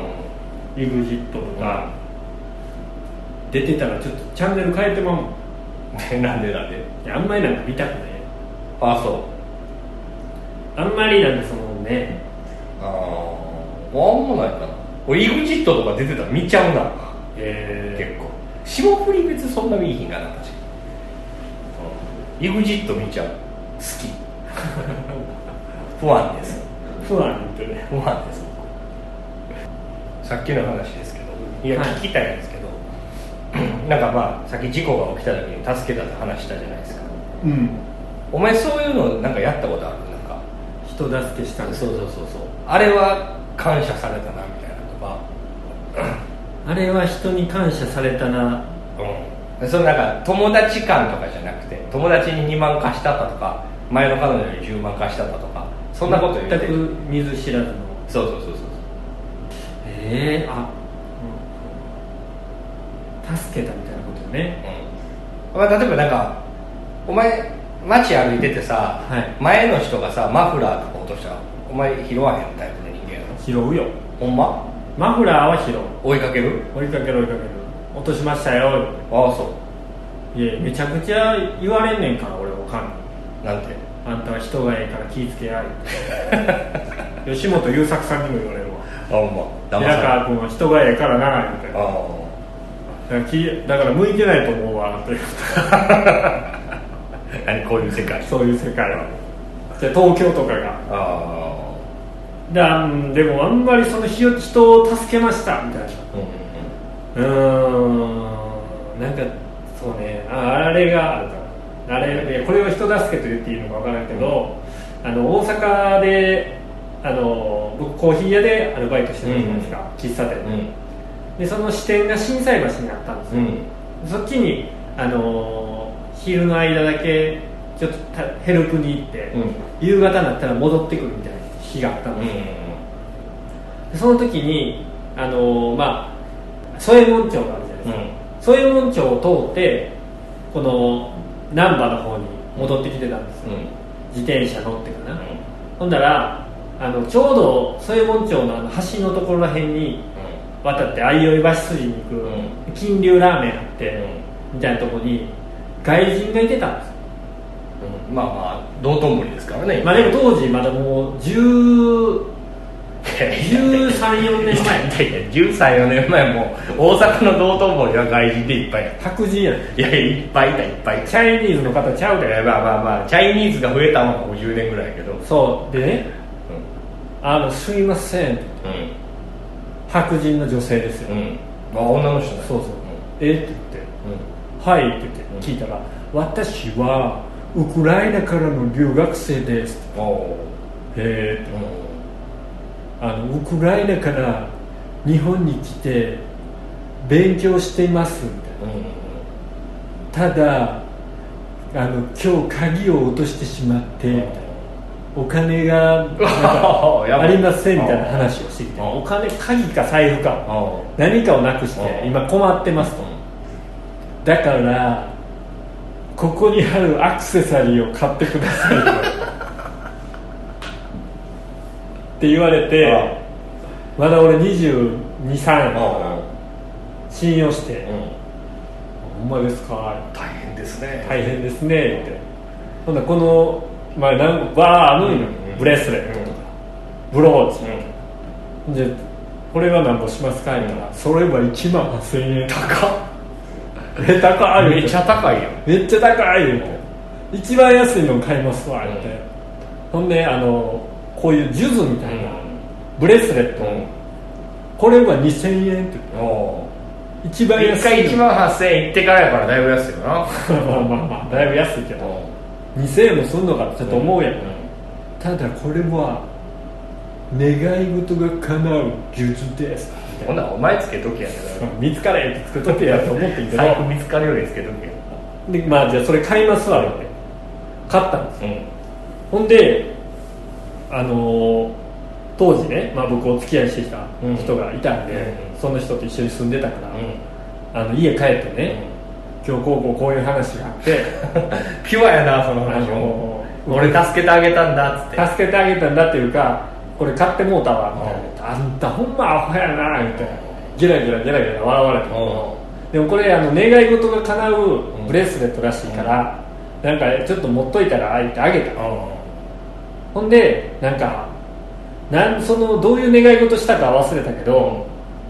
Speaker 1: EXIT とか、出てたらちょっとチャンネル変えてまうもん
Speaker 2: うんなんでなんで
Speaker 1: いやあんまりなんか見たくない
Speaker 2: あそう
Speaker 1: あんまりなんかそのね
Speaker 2: あああんまないかな俺 EXIT とか出てたら見ちゃうな結
Speaker 1: え
Speaker 2: 構霜降り別にそんな見いひんかな確かに、うん EXIT 見ちゃう好き不安です
Speaker 1: ー、不安ってね
Speaker 2: 不安ですさっきの話ですけどいや
Speaker 1: はい
Speaker 2: 聞きたいんですけど、 *clears throat* なんかまあさっき事故が起きた時に助けたって話したじゃないですか
Speaker 1: うん
Speaker 2: お前そういうのなんかやったことあるなんか
Speaker 1: 人助けしたんです
Speaker 2: そうそうそうそうあれは感謝されたなみたいなとか
Speaker 1: あれは人に感謝されたな
Speaker 2: うんそのなんか友達間とかじゃなくて友達に2万貸したったとか前の彼女に10万貸したったとかそんなこと言って
Speaker 1: 全く見ず知らずの
Speaker 2: そうそうそうそう
Speaker 1: ええあ、うん、助けたみたいなことよね
Speaker 2: うん、まあ、例えばなんかお前街歩いててさ、
Speaker 1: はい
Speaker 2: 前の人がさマフラーとか落としたらお前拾わへんタイプの人間やろ
Speaker 1: 拾うよ
Speaker 2: ほんま
Speaker 1: マフラーは拾う
Speaker 2: 追いかける
Speaker 1: 追いかける追いかける落としましたよ
Speaker 2: ああそ
Speaker 1: いやめちゃくちゃ言われんねんから俺おかんに
Speaker 2: うなんて
Speaker 1: あんたは人がええから気ぃつけやい *laughs* 吉本優作さんにも言われるわ
Speaker 2: あほん
Speaker 1: 平
Speaker 2: ま騙され
Speaker 1: 川君は人がええから長いみたい
Speaker 2: た
Speaker 1: なだか
Speaker 2: あ
Speaker 1: らきだから向いてないと思うわという
Speaker 2: あ何こういう世界
Speaker 1: *laughs* そういう世界はじゃあ東京とかが
Speaker 2: ああ
Speaker 1: だうんでもあんまりその人人を助けましたみたいな
Speaker 2: うんうんうん
Speaker 1: うーんなんかそうねああれがあるかなあれいやこれを人助けと言っていいのかわからんけど、あの大阪であの僕コーヒー屋でアルバイトしてたじゃないですか、喫茶店で,、でその支店が心斎橋にあったんです
Speaker 2: う
Speaker 1: よ、
Speaker 2: ん
Speaker 1: そっちにあの昼の間だけちょっとたヘルプに行って、
Speaker 2: うん
Speaker 1: 夕方になったら戻ってくるみたいな日があったんですよ、でその時にあのーまあ添右衛門町があるじゃないですか、添右衛門町を通ってこの難波の方に戻ってきてたんですよ、自転車乗ってかな、ほんだらあのちょうど添右衛門町のあの橋のところらへんに渡って相生橋筋に行く、
Speaker 2: う
Speaker 1: 金龍ラーメンあって、みたいなとこに外人がいてたんですよ
Speaker 2: まあまあ道頓堀ですからね
Speaker 1: まあでも当時まだもう10 1314年前
Speaker 2: いやいや134年前も大阪の道頓堀は外人でいっぱいや
Speaker 1: 白人やん
Speaker 2: いやいやいっぱいいたいっぱいい
Speaker 1: チャイニーズの方ちゃう
Speaker 2: たい
Speaker 1: で
Speaker 2: やまあまあまあチャイニーズが増えたのはここ10年ぐらいやけど
Speaker 1: そうでねあのすいません
Speaker 2: う
Speaker 1: 白人の女性ですよ、
Speaker 2: んうんまあ女の人だ
Speaker 1: そうそう、えって言ってはいって言って
Speaker 2: うん
Speaker 1: 聞いたら、私はウクライナからの留学生です
Speaker 2: うんおー
Speaker 1: へえ
Speaker 2: う
Speaker 1: あのウクライナから日本に来て勉強していますみたい
Speaker 2: んうん
Speaker 1: なただあの今日鍵を落としてしまってみたいなお金がなんか
Speaker 2: やば
Speaker 1: あ
Speaker 2: い
Speaker 1: りませんみたいな話をしてきて
Speaker 2: うん
Speaker 1: お金鍵か財布か
Speaker 2: おー
Speaker 1: 何かをなくして
Speaker 2: うん
Speaker 1: 今困ってますとだからここにあるアクセサリーを買ってくださ
Speaker 2: *laughs*
Speaker 1: いって言われてまだ俺223
Speaker 2: うん
Speaker 1: や信用して
Speaker 2: うんうん
Speaker 1: 「ほんまですか
Speaker 2: 大変ですね
Speaker 1: 大変ですね」ってほんならこのまあなんわああるんよ
Speaker 2: うん
Speaker 1: ブレスレットとかブローチじゃあこれは何ぼしますか?」言ったら「それは1万8000円」
Speaker 2: *laughs* 高
Speaker 1: え高
Speaker 2: っ
Speaker 1: い」
Speaker 2: めっちゃ高いよ
Speaker 1: めっちゃ高いよ一番安いの買いますわ」って、ほんであのこういうジュズみたいなブレスレット、これは2000円って
Speaker 2: うんお
Speaker 1: 一
Speaker 2: ー
Speaker 1: 番
Speaker 2: 一
Speaker 1: 安
Speaker 2: 回
Speaker 1: いの
Speaker 2: 1万8000円行ってからやからだいぶ安いよな
Speaker 1: まあまあまあだいぶ安いけど2000円もすんのかってちょっと思うやん、ただこれは願い事が叶う術ですみた
Speaker 2: ほ
Speaker 1: い
Speaker 2: ん
Speaker 1: な
Speaker 2: ならお前つけとけやから
Speaker 1: 見つからへんってつくときやと思ってんけど
Speaker 2: 財布見つかるようにつけとけ
Speaker 1: でまあじゃあそれ買いますわって買ったんです
Speaker 2: うん
Speaker 1: ほんで、あのー当時ね、まあ、僕お付き合いしてきた人がいたんで、
Speaker 2: うん
Speaker 1: その人と一緒に住んでたから、
Speaker 2: うん
Speaker 1: あの家帰ってね、今日こうこうこういう話があって、
Speaker 2: ピュアやなその
Speaker 1: *laughs* あ
Speaker 2: 話も
Speaker 1: のー
Speaker 2: 俺助けてあげたんだっつって
Speaker 1: 助けてあげたんだっていうかこれ買ってもうたわみたいな言って、あんたほんまアホやなみたいなゲラゲラゲラゲラ笑われて、でもこれあの願い事が叶うブレスレットらしいから、なんかちょっと持っといたらあえてあげたほんでなんかなんそのどういう願い事したか忘れたけど、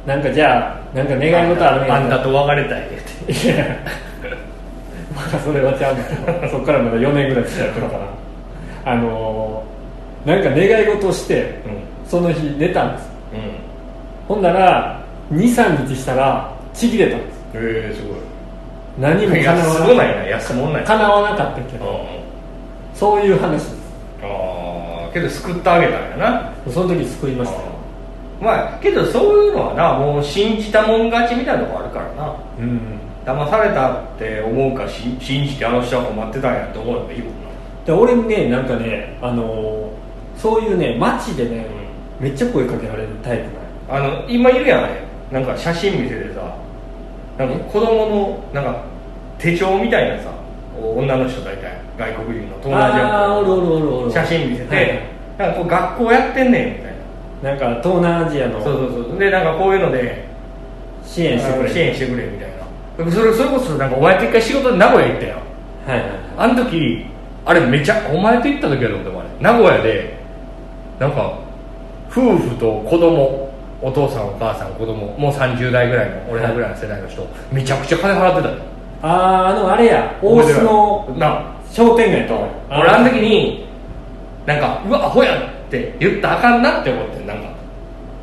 Speaker 1: なんかじゃあなんか願い事あるんや
Speaker 2: あんたと別れたいって
Speaker 1: いや *laughs* まだそれはちゃうね *laughs* んそっからまだ4年ぐらい付き合ってるからあのーなんか願い事をして
Speaker 2: うん
Speaker 1: その日寝たんです
Speaker 2: うん
Speaker 1: ほんなら23日したらちぎれたんです
Speaker 2: ええすごい
Speaker 1: 何も叶
Speaker 2: 安
Speaker 1: わ
Speaker 2: も
Speaker 1: な
Speaker 2: ないな安もない
Speaker 1: 叶わなかったけ
Speaker 2: う
Speaker 1: ど
Speaker 2: ん
Speaker 1: そういう話です
Speaker 2: ああけど救ってあげたんやな
Speaker 1: その時救いました
Speaker 2: まあけどそういうのはなもう信じたもん勝ちみたいなとこあるからな
Speaker 1: うん
Speaker 2: 騙されたって思うかし信じてあの人は困ってたんやって思えばいいもんな
Speaker 1: で俺ねなんかね、あのーそういうね街でね、めっちゃ声かけられるタイプなんよ
Speaker 2: あの今いるやんあれなんか写真見せてさなんか子供のなんか手帳みたいなさ女の人大体外国人の友達
Speaker 1: あーおるおるおるお
Speaker 2: や
Speaker 1: る
Speaker 2: ん写真見せて、
Speaker 1: はい
Speaker 2: なんかこう学校やってんねんみた
Speaker 1: な
Speaker 2: い
Speaker 1: んか東南アジア
Speaker 2: なそう
Speaker 1: の
Speaker 2: そうそうでなんかこういうので
Speaker 1: 支援してくれ
Speaker 2: 支
Speaker 1: る
Speaker 2: 援してくれみたいなそれそれこそなんかお前と一回仕事で名古屋行ったよ
Speaker 1: はいはいはい
Speaker 2: あの時あれめちゃお前と行った時やと思ってもあれ名古屋でなんか夫婦と子供お父さんお母さん子供もう30代ぐらいの俺らぐらいの世代の人、めちゃくちゃ金払ってたよ
Speaker 1: あーあのあれや大須の
Speaker 2: な
Speaker 1: 商店街と
Speaker 2: 俺あの時になんかうわアホやって言ったらあかんなって思ってんなんか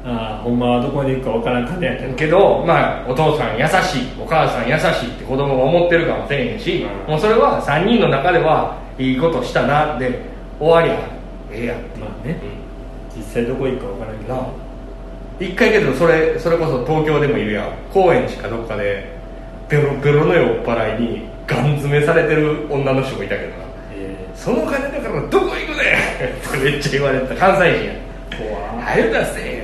Speaker 1: あーほんまはどこに行くかわからんかねやけど
Speaker 2: けど、まあ、お父さん優しいお母さん優しいって子供が思ってるかもしれへんし、
Speaker 1: うん
Speaker 2: もうそれは3人の中ではいいことしたなで終わりやええやん
Speaker 1: まあね実際どこ行くかわからんけ
Speaker 2: なあ
Speaker 1: ど
Speaker 2: 一回けどそれそれこそ東京でもいるやん高円寺かどっかでベロベロの酔っ払いにガン詰めされてる女の人もいたけどな
Speaker 1: え
Speaker 2: その金だからどこ行くねん *laughs* ってめっちゃ言われてた関西人や
Speaker 1: ー怖っ
Speaker 2: 早く出せ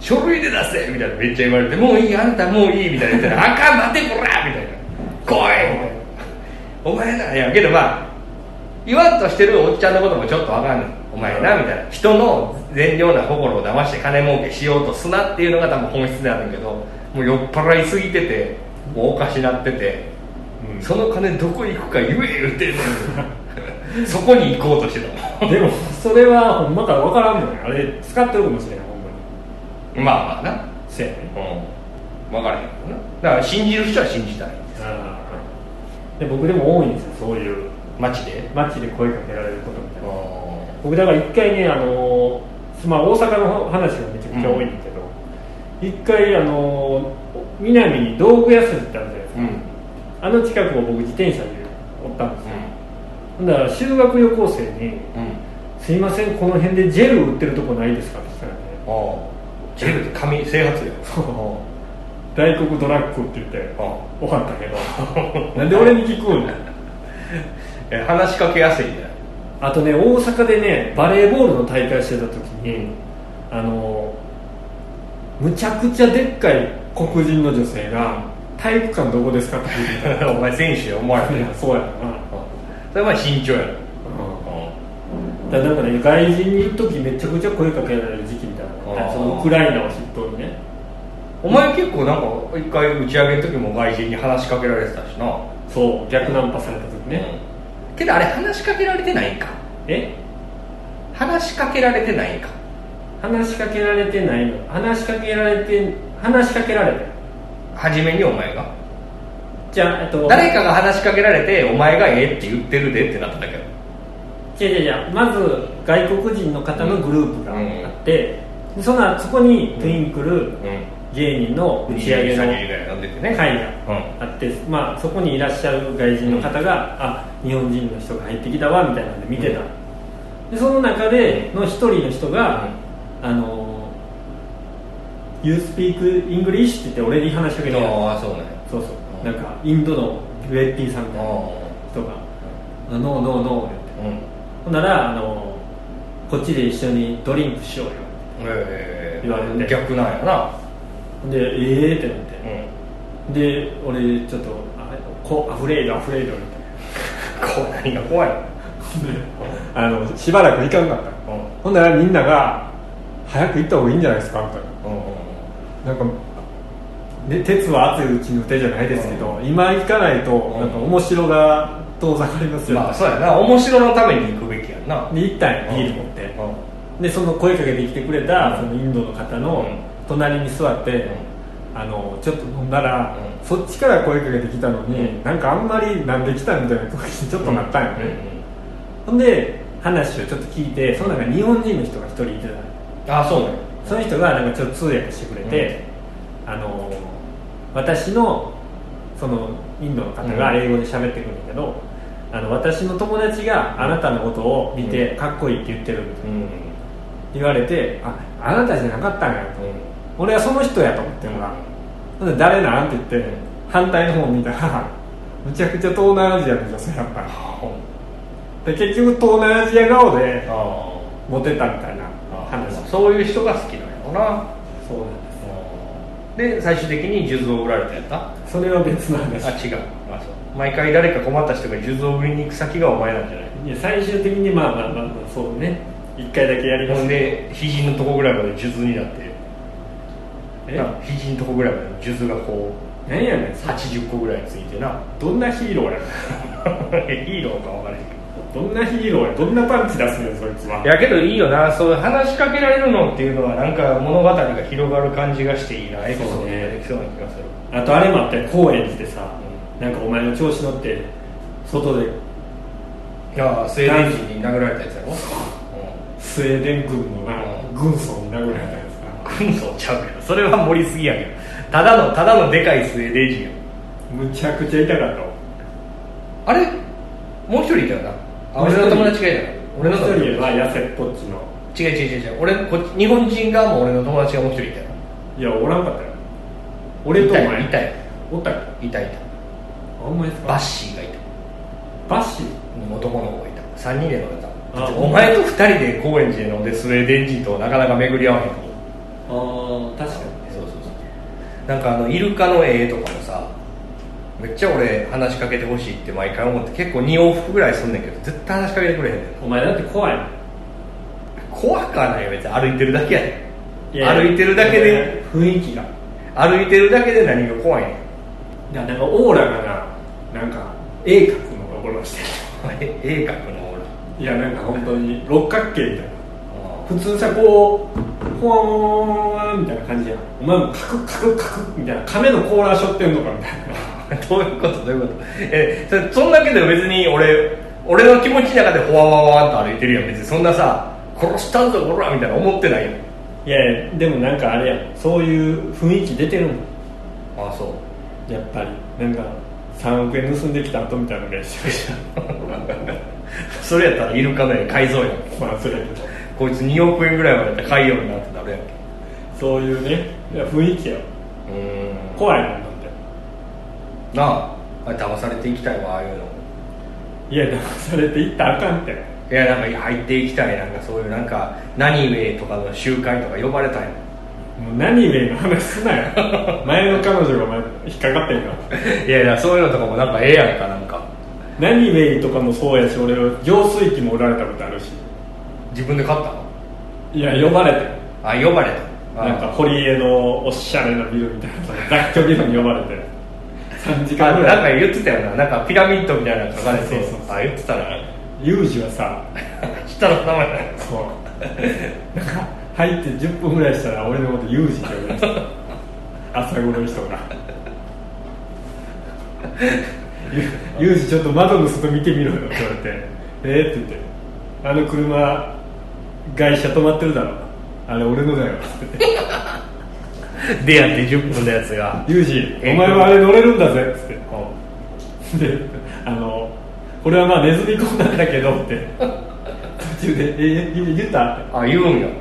Speaker 2: 書類で出せみたいなめっちゃ言われて「もういいあんたもういい」みたいな言ったら「あかん待てこら!」みたいな「来い!」お前な」いやけどまあ言わんとしてるおっちゃんのこともちょっとわかんないお前なみたいな人の善良な心を騙して金儲けしようとすなっていうのが多分本質であるけどもう酔っ払いすぎててもうおかしなってて、
Speaker 1: うん
Speaker 2: その金どこ行くか言え言うてんねん *laughs* そこに行こうとしてた
Speaker 1: でもそれはほんまか分からんもんねあれ使ってるかもしれないほんまに
Speaker 2: もんまあまあな
Speaker 1: せやね
Speaker 2: うん分からへんけどなだから信じる人は信じたい
Speaker 1: で僕でも多いんですよそういう
Speaker 2: 街で
Speaker 1: 街で声かけられることみたいな
Speaker 2: う
Speaker 1: 僕だから一回ねあのーまあ大阪の話がめちゃくちゃ多いんだけど、一回あのー南に道具屋筋ってあるじゃないですか、
Speaker 2: ん
Speaker 1: あの近くを僕自転車でおったんですよ、ほんだら修学旅行生に
Speaker 2: うんうん
Speaker 1: 「すいませんこの辺でジェル売ってるとこないですか?」って言ったらね *laughs*
Speaker 2: ああジェルって髪整髪よ
Speaker 1: そう大黒ドラッグって言って
Speaker 2: あ
Speaker 1: 分かったけど *laughs* なんで俺に聞くんだ
Speaker 2: え話しかけやすいんだよ
Speaker 1: あとね大阪でねバレーボールの大会してた時に、あのむちゃくちゃでっかい黒人の女性が「体育館どこですか?」って聞いて
Speaker 2: *laughs* お前選手や思われ
Speaker 1: た
Speaker 2: て
Speaker 1: い
Speaker 2: る *laughs*
Speaker 1: やそうやろ
Speaker 2: それは身長やろ
Speaker 1: な、だからなんかね外人に行く時めちゃくちゃ声かけられる時期みたいな
Speaker 2: あー
Speaker 1: そのウクライナを筆頭にね
Speaker 2: お前結構なんか一回打ち上げの時も外人に話しかけられてたしな
Speaker 1: そう逆ナンパされた時ね、
Speaker 2: ねけどあれ話しかけられてないんか
Speaker 1: え
Speaker 2: 話しかけられてないんか
Speaker 1: 話しかけられてないの話しかけられて話しかけられた
Speaker 2: 初めにお前が
Speaker 1: じゃあえっと
Speaker 2: 誰かが話しかけられてお前がええって言ってるでってなっただけど
Speaker 1: 違う違う違うまず外国人の方のグループがあって、でそのそこにトゥインクル
Speaker 2: うん
Speaker 1: 芸人の打ち上げの
Speaker 2: 3人ぐらい飲んでてね
Speaker 1: 会
Speaker 2: うん
Speaker 1: があって、まあ、そこにいらっしゃる外人の方が、あ日本人の人が入ってきたわみたいなんで見てた、でその中での一人の人が「あの You speak English」って言って俺に話しかけてきた
Speaker 2: ああそうね
Speaker 1: そうそう、
Speaker 2: うん
Speaker 1: なんかインドのウェッティさんみたいな
Speaker 2: あ
Speaker 1: 人が「ノーノーノー」って言って。
Speaker 2: あうん
Speaker 1: ほんならあのこっちで一緒にドリンクしようよ
Speaker 2: ええ
Speaker 1: 言われて
Speaker 2: 逆なんやな
Speaker 1: でええー、ってなって
Speaker 2: う、ん
Speaker 1: で俺ちょっとあこアフレイドアフレイドみた
Speaker 2: こう何が怖いの
Speaker 1: いなあのしばらく行かんかった
Speaker 2: うんうん
Speaker 1: ほんならみんなが「早く行った方がいいんじゃないですか」みたい
Speaker 2: うん
Speaker 1: ななんかで鉄は熱いうちに打てじゃないですけど、今行かないと
Speaker 2: ん
Speaker 1: なんか面白が遠ざかります
Speaker 2: うん
Speaker 1: よ、
Speaker 2: まあそうやな面白のために行くべきやんな
Speaker 1: で行ったんやビール持って、でその声かけてきてくれたそのインドの方の
Speaker 2: うん
Speaker 1: 隣に座って、あのちょっと飲んだら、そっちから声かけてきたのに、
Speaker 2: うん
Speaker 1: なんかあんまりなんで来たみたいな空気にちょっとなったんよね、ほんで話をちょっと聞いてその中に日本人の人が一人いてたの
Speaker 2: ああそうね
Speaker 1: その人がなんかちょっと通訳してくれて、あの私のそのインドの方が英語で喋ってくるんだけど、あの私の友達があなたのことを見て、
Speaker 2: う
Speaker 1: かっこいいって言ってるみたいな
Speaker 2: うん
Speaker 1: 言われてああなたじゃなかったんやと
Speaker 2: う
Speaker 1: 俺はその人やと思って
Speaker 2: ん
Speaker 1: んな、ほんで誰なんって言って反対の方見たら *laughs* むちゃくちゃ東南アジアの女性やったで結局東南アジア顔で
Speaker 2: あ
Speaker 1: モテたみたいな
Speaker 2: あ
Speaker 1: 話
Speaker 2: そういう人が好きなんやろな
Speaker 1: そうなんで
Speaker 2: で最終的に数珠を売られたやった
Speaker 1: すそれは別の
Speaker 2: あ
Speaker 1: 話
Speaker 2: 違うあそう毎回誰か困った人が数珠を売りに行く先がお前なんじゃない
Speaker 1: いや最終的にまあまあまあまあそうね一回だけやりま
Speaker 2: ほ
Speaker 1: す
Speaker 2: ん
Speaker 1: ね
Speaker 2: で肘のとこぐらいまで数珠になって
Speaker 1: え
Speaker 2: な肘のとこぐらいまで数珠がこ
Speaker 1: 何やねん
Speaker 2: う80個ぐらいついてな
Speaker 1: どんなヒーローや
Speaker 2: いいのか分からへんけど
Speaker 1: どんなヒーローやどんなパンチ出すねんそいつはい
Speaker 2: やけどいいよなそういう話しかけられるのっていうのはなんか物語が広がる感じがしていいなエピソードができそうな気がする
Speaker 1: あとあれもあったよ高円寺でさ、なんかお前の調子乗って外で
Speaker 2: いやスウェーデン人に殴られたやつやろ
Speaker 1: スウェーデン軍のな
Speaker 2: う
Speaker 1: 軍曹に殴られたやつな
Speaker 2: 軍曹ちゃうけどそれは盛りすぎやけどただのただのでかいスウェーデン人や
Speaker 1: むちゃくちゃ痛かったわ
Speaker 2: あれもう一人いたよなあ
Speaker 1: もう一
Speaker 2: 俺
Speaker 1: 人
Speaker 2: の友達がいたよ俺の
Speaker 1: 一
Speaker 2: 友達
Speaker 1: 人は痩せっぽっちの
Speaker 2: 違う違う違う違う俺こっち日本人がもう俺の友達がもう一人いたよ
Speaker 1: いやおらんかったよ俺とお前
Speaker 2: いたよいたよ
Speaker 1: おったっけ
Speaker 2: いたい
Speaker 1: あんまです
Speaker 2: た
Speaker 1: か
Speaker 2: バッシーがいた
Speaker 1: バッシー
Speaker 2: 男の子がいた3人で飲んで
Speaker 1: あ
Speaker 2: たお前と2人で高円寺で飲んでスウェーデン人となかなか巡り合わへんと思う
Speaker 1: ああ確か
Speaker 2: そうそうそうなんかあのイルカの絵とかもさめっちゃ俺話しかけてほしいって毎回思って結構2往復ぐらいすんねんけど絶対話しかけてくれへんねん
Speaker 1: お前だって怖いもん
Speaker 2: 怖くはないよ別に歩いてるだけやねん
Speaker 1: やや
Speaker 2: 歩いてるだけで
Speaker 1: 雰囲気がい
Speaker 2: 歩いてるだけで何が怖いねん *laughs*
Speaker 1: やなんかオーラがななんか鋭角のところしてる
Speaker 2: え鋭角のオーラ
Speaker 1: いやなんか本当に六角形みたいな普通さこうほわーんみたいな感じやんお前もカクカクカクみたいな亀の甲羅しょってんのかみたいな
Speaker 2: どういうことどういうことえそれそんだけで別に俺俺の気持ちの中でほわわわわんと歩いてるやん別にそんなさ殺したんぞこらみたいな思ってないよ
Speaker 1: いやいやでもなんかあれやんそういう雰囲気出てるもん
Speaker 2: ああそう
Speaker 1: やっぱりなんか3億円盗んできた後みたいなのが一緒じゃ
Speaker 2: それやったらイルカのように買いそうやん
Speaker 1: んまあそれやけど
Speaker 2: こいつ2億円ぐらいまでやったら買いようになってなるやんう
Speaker 1: そういうねいや雰囲気や
Speaker 2: ーん
Speaker 1: 怖いもんだっ
Speaker 2: なああれ騙されていきたいわああいうの
Speaker 1: ていや騙されていったらあかんって
Speaker 2: いやなんか入っていきたいなんかそういうなんか何名とかの集会とか呼ばれたいの
Speaker 1: もう何名の話すなよ前の彼女がお前引っかかってんから
Speaker 2: いやいやそういうのとかもなんかええやんかなんか
Speaker 1: 何名とかもそうやし俺浄水器も売られたことあるし
Speaker 2: 自分で買ったの
Speaker 1: いや呼ばれて
Speaker 2: あ呼ばれた
Speaker 1: なんか堀江のおしゃれなビルみたいな雑居ビルに呼ばれて3時
Speaker 2: あ
Speaker 1: 間
Speaker 2: の
Speaker 1: ぐ
Speaker 2: なんから
Speaker 1: い
Speaker 2: 言ってたよななんかピラミッドみたいなの書かれて
Speaker 1: そうそうそう
Speaker 2: あ言ってたな
Speaker 1: ユージはさ
Speaker 2: 下の名前だよ
Speaker 1: そうなんか入って10分ぐらいしたら俺のことユージって呼ぶやつ朝頃の人が「ユージちょっと窓の外見てみろよ」って言われて「えっ?」って言って「あの車外車止まってるだろあれ俺のだよ」って言って
Speaker 2: 出会って10分のやつが
Speaker 1: 「ユージお前はあれ乗れるんだぜ」っつってであの「これはまあネズミ子なんだけど」って途中で「えー、言った?」って
Speaker 2: あ言うんや
Speaker 1: 「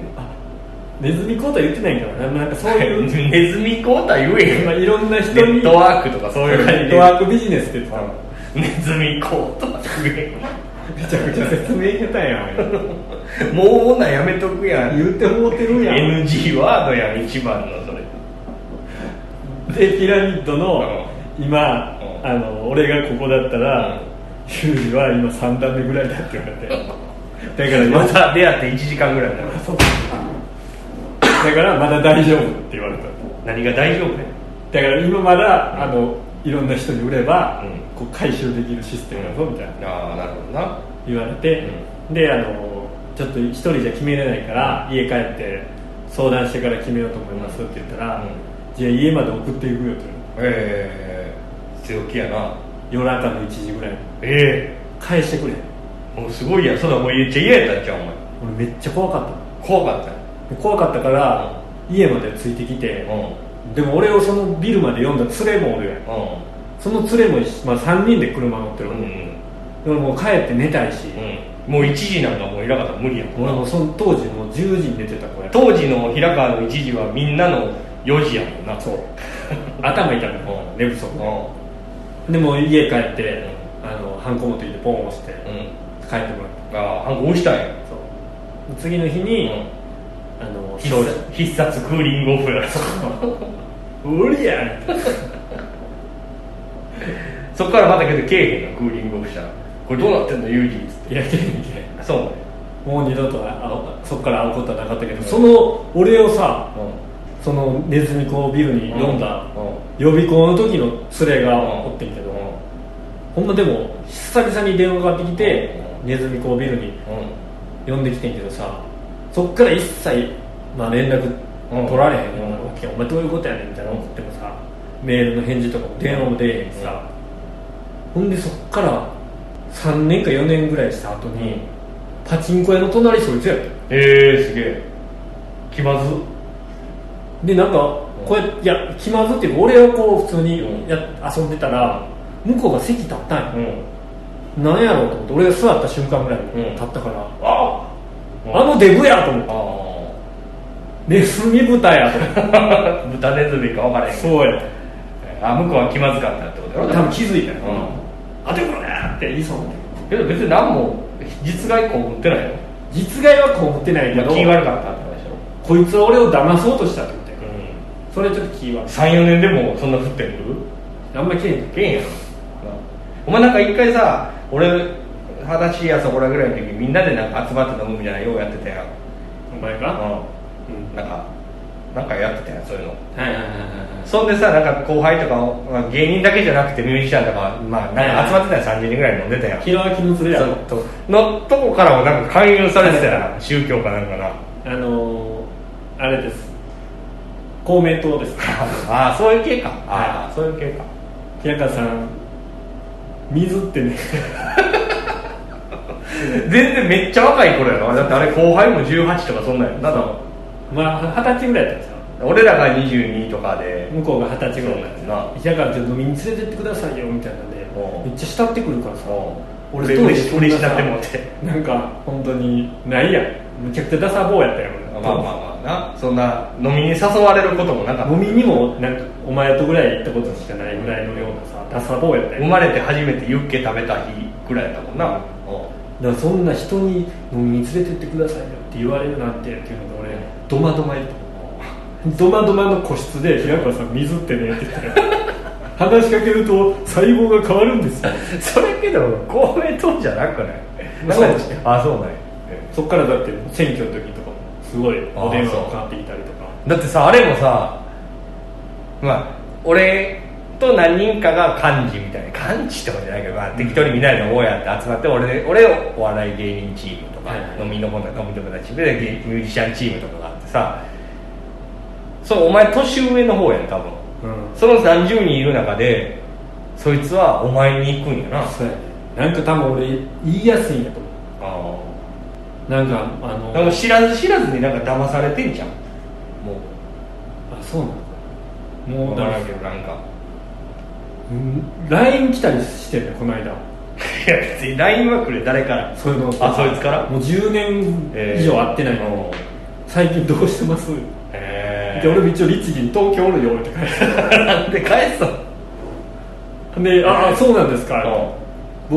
Speaker 1: ネズミ子とは言ってないからなんかそういう
Speaker 2: ネズミコータ言えへん
Speaker 1: まあ、いろんな人
Speaker 2: ネ
Speaker 1: に
Speaker 2: ットワークとかそういう感
Speaker 1: ネ
Speaker 2: じ
Speaker 1: ットワークビジネスって言ってたの
Speaker 2: ネズミコータ言え
Speaker 1: めちゃくちゃ説明下手やん
Speaker 2: へんもう女やめとくやん
Speaker 1: 言うてもうてるやん
Speaker 2: NG ワードやん一番のそれ
Speaker 1: でピラミッドの今
Speaker 2: うん
Speaker 1: あの俺がここだった
Speaker 2: うん
Speaker 1: らユージは今3段目ぐらいだって言わ
Speaker 2: *laughs*
Speaker 1: れてだからま
Speaker 2: ま
Speaker 1: だ
Speaker 2: た出会って1時間ぐらいになる
Speaker 1: だからまだ大丈夫って言われた
Speaker 2: 何が大丈夫ね
Speaker 1: だから今まだあのいろんな人に売れば
Speaker 2: うん
Speaker 1: こう回収できるシステムだぞみたいな
Speaker 2: ああなるほどな
Speaker 1: 言われて、であのちょっと一人じゃ決めれないから家帰って相談してから決めようと思いますって言ったら、
Speaker 2: うん
Speaker 1: じゃあ家まで送っていくよと
Speaker 2: ええ強気やな
Speaker 1: 夜中の1時ぐらいに
Speaker 2: え
Speaker 1: 返してくれ
Speaker 2: えもうすごいやんそんなもう言っちゃ嫌やったんちゃうお前
Speaker 1: 俺めっちゃ怖かっ
Speaker 2: 怖かった
Speaker 1: た怖かったから家までついてきて、
Speaker 2: よ
Speaker 1: でも俺をそのビルまで呼んだ連れもおるやん
Speaker 2: う
Speaker 1: その連れも一緒、まあ、3人で車乗ってる、
Speaker 2: んうんうん
Speaker 1: 俺もう帰って寝たいし、
Speaker 2: うんもう1時なんかもう平川さん無理やもん
Speaker 1: 俺もその当時もう10時に寝てた子や
Speaker 2: 当時の平川の1時はみんなの4時やもんな *laughs*
Speaker 1: そう頭痛くて
Speaker 2: うん
Speaker 1: 寝不足
Speaker 2: う
Speaker 1: で
Speaker 2: ん
Speaker 1: でも家帰って、あのハンコ持ってきてポン押して、
Speaker 2: うん
Speaker 1: 帰ってもらっ
Speaker 2: ああハンコ押したんや
Speaker 1: たそう次の日
Speaker 2: う
Speaker 1: に、
Speaker 2: ん
Speaker 1: あの
Speaker 2: 必
Speaker 1: 商
Speaker 2: 殺
Speaker 1: 社
Speaker 2: 必殺クーリングオフや
Speaker 1: 無理やん
Speaker 2: そっからまたけどけえへんのクーリングオフしたらこれどうなってんのユージっつっ
Speaker 1: いやいやい
Speaker 2: てそうね
Speaker 1: やもう二度とああそっから会うことはなかったけど、その俺をさ
Speaker 2: う
Speaker 1: そのネズミ子ビルに
Speaker 2: 読
Speaker 1: 読ん
Speaker 2: ん
Speaker 1: だ
Speaker 2: だ、うん
Speaker 1: 予備校の時の連れが
Speaker 2: うん
Speaker 1: おってんけど、
Speaker 2: うん
Speaker 1: ほんまでも久々に電話がかかってきて、
Speaker 2: うん
Speaker 1: ネズミ子ビルに
Speaker 2: う
Speaker 1: 呼んできてんけどさそっから一切、まあ、連絡取られへんようなわけ、お前どういうことやねんみたいな思ってもさメールの返事とかも電話も出えへんしさ、ほんでそっから3年か4年ぐらいした後に、
Speaker 2: うん
Speaker 1: パチンコ屋の隣そいつやったよ
Speaker 2: ええすげえ気まず
Speaker 1: でなんか
Speaker 2: うん
Speaker 1: こうやっていや気まずっていうか俺はこう普通に
Speaker 2: うん
Speaker 1: や、遊んでたら向こうが席立ったんや、
Speaker 2: うん
Speaker 1: なんやろうと思って俺が座った瞬間ぐらいに
Speaker 2: うん
Speaker 1: 立ったから、
Speaker 2: あ
Speaker 1: あのデブやと思って
Speaker 2: あ
Speaker 1: ネズミ豚やと思って
Speaker 2: あ *laughs* 豚ネズミか分からへんけど
Speaker 1: そうや
Speaker 2: あ向こうは気まずかったってことやろ
Speaker 1: 多分気づいたよ、
Speaker 2: う
Speaker 1: あでもねって言いそうになって
Speaker 2: けど別に何も実害こう持ってないよ
Speaker 1: 実害はこう思ってないけど
Speaker 2: 気悪かったって話でしょ
Speaker 1: こいつは俺を騙そうとしたってことやから
Speaker 2: う
Speaker 1: それちょっと気悪い
Speaker 2: 34年でもそんな降ってくる
Speaker 1: あんまりけえへん
Speaker 2: けんやろお前なんか一回さ俺二十歳やそこらぐらいの時みんなでなんか集まって飲むみたいなのようやってたやん
Speaker 1: お前が
Speaker 2: うんなんかなんかやってたやんそういうの
Speaker 1: はいはいはいはい
Speaker 2: そんでさなんか後輩とか、まあ、芸人だけじゃなくてミュージシャンとか,、まあ、なんか集まってたやん30人ぐらい飲んでた *laughs* やん
Speaker 1: ひろあきの連れやろ
Speaker 2: そうのとこからもなんか勧誘されてたやん宗教かなんかな
Speaker 1: あのー、あれです公明党です
Speaker 2: ああそういう系かああそういう系か
Speaker 1: 平川さん水ってね
Speaker 2: 全然めっちゃ若い頃やろだってあれ後輩も18とかそんなんやんな
Speaker 1: *laughs* まあ二十歳ぐらいだったんですよ
Speaker 2: 俺らが22とかで
Speaker 1: 向こうが二十歳ぐらいだったんです
Speaker 2: そうや
Speaker 1: よ平川ちょっと飲みに連れてってくださいよみたいなんで
Speaker 2: おう
Speaker 1: めっちゃ慕ってくるからさ
Speaker 2: 俺
Speaker 1: 一人で
Speaker 2: 嬉しなってもうて
Speaker 1: なんか本当にないやんむちゃくちゃダサ坊やったよ
Speaker 2: まあ
Speaker 1: 俺
Speaker 2: まあまあなそんな飲みに誘われることもなかった
Speaker 1: 飲みにもなんかお前とぐらい行ったことしかないぐらいのようなさダサ坊やったよ
Speaker 2: 生まれて初めてユッケ食べた日ぐらいだもんな、
Speaker 1: だからそんな人に飲みに連れてってくださいよって言われるなんてっていうので俺ドマドマ言ったドマドマの個室で平川さん水ってねって言ったら話しかけると細胞が変わるんです
Speaker 2: *laughs*
Speaker 1: よ
Speaker 2: それけど公明党じゃなくない
Speaker 1: そう
Speaker 2: なんかあそうなんや
Speaker 1: そっからだって選挙の時とかもすごいお電話がかかってきたりとか
Speaker 2: だってさあれもさまあ俺と何人かが幹事みたいな幹事とかじゃないけど、まあ、適当にみんなで飲もうやって集まって俺で俺をお笑い芸人チームとか、
Speaker 1: はいはい
Speaker 2: 飲みの友達飲み友達で芸ミュージシャンチームとかがあってさそうお前年上の方やん多分
Speaker 1: うん
Speaker 2: その何十人いる中でそいつはお前に行くんやな
Speaker 1: そうやねなんか多分俺言いやすいんやと思
Speaker 2: あ
Speaker 1: うなんかあ
Speaker 2: あ
Speaker 1: の
Speaker 2: なんか知らず知らずになんか騙されてんじゃんも
Speaker 1: あそうな
Speaker 2: う
Speaker 1: のも
Speaker 2: 分
Speaker 1: う
Speaker 2: か
Speaker 1: だからら
Speaker 2: んけどなんか
Speaker 1: うん LINE 来たりしてるねこの間
Speaker 2: いや別に LINE はくれ誰から
Speaker 1: そういうの
Speaker 2: あそいつから
Speaker 1: もう10
Speaker 2: え
Speaker 1: 年
Speaker 2: ー
Speaker 1: 以上会ってないのに、最近どうしてます、
Speaker 2: え
Speaker 1: で俺も一応律儀に東京おるよって
Speaker 2: *laughs*
Speaker 1: 返し
Speaker 2: なんで返すの
Speaker 1: てで「ああそうなんですか」
Speaker 2: う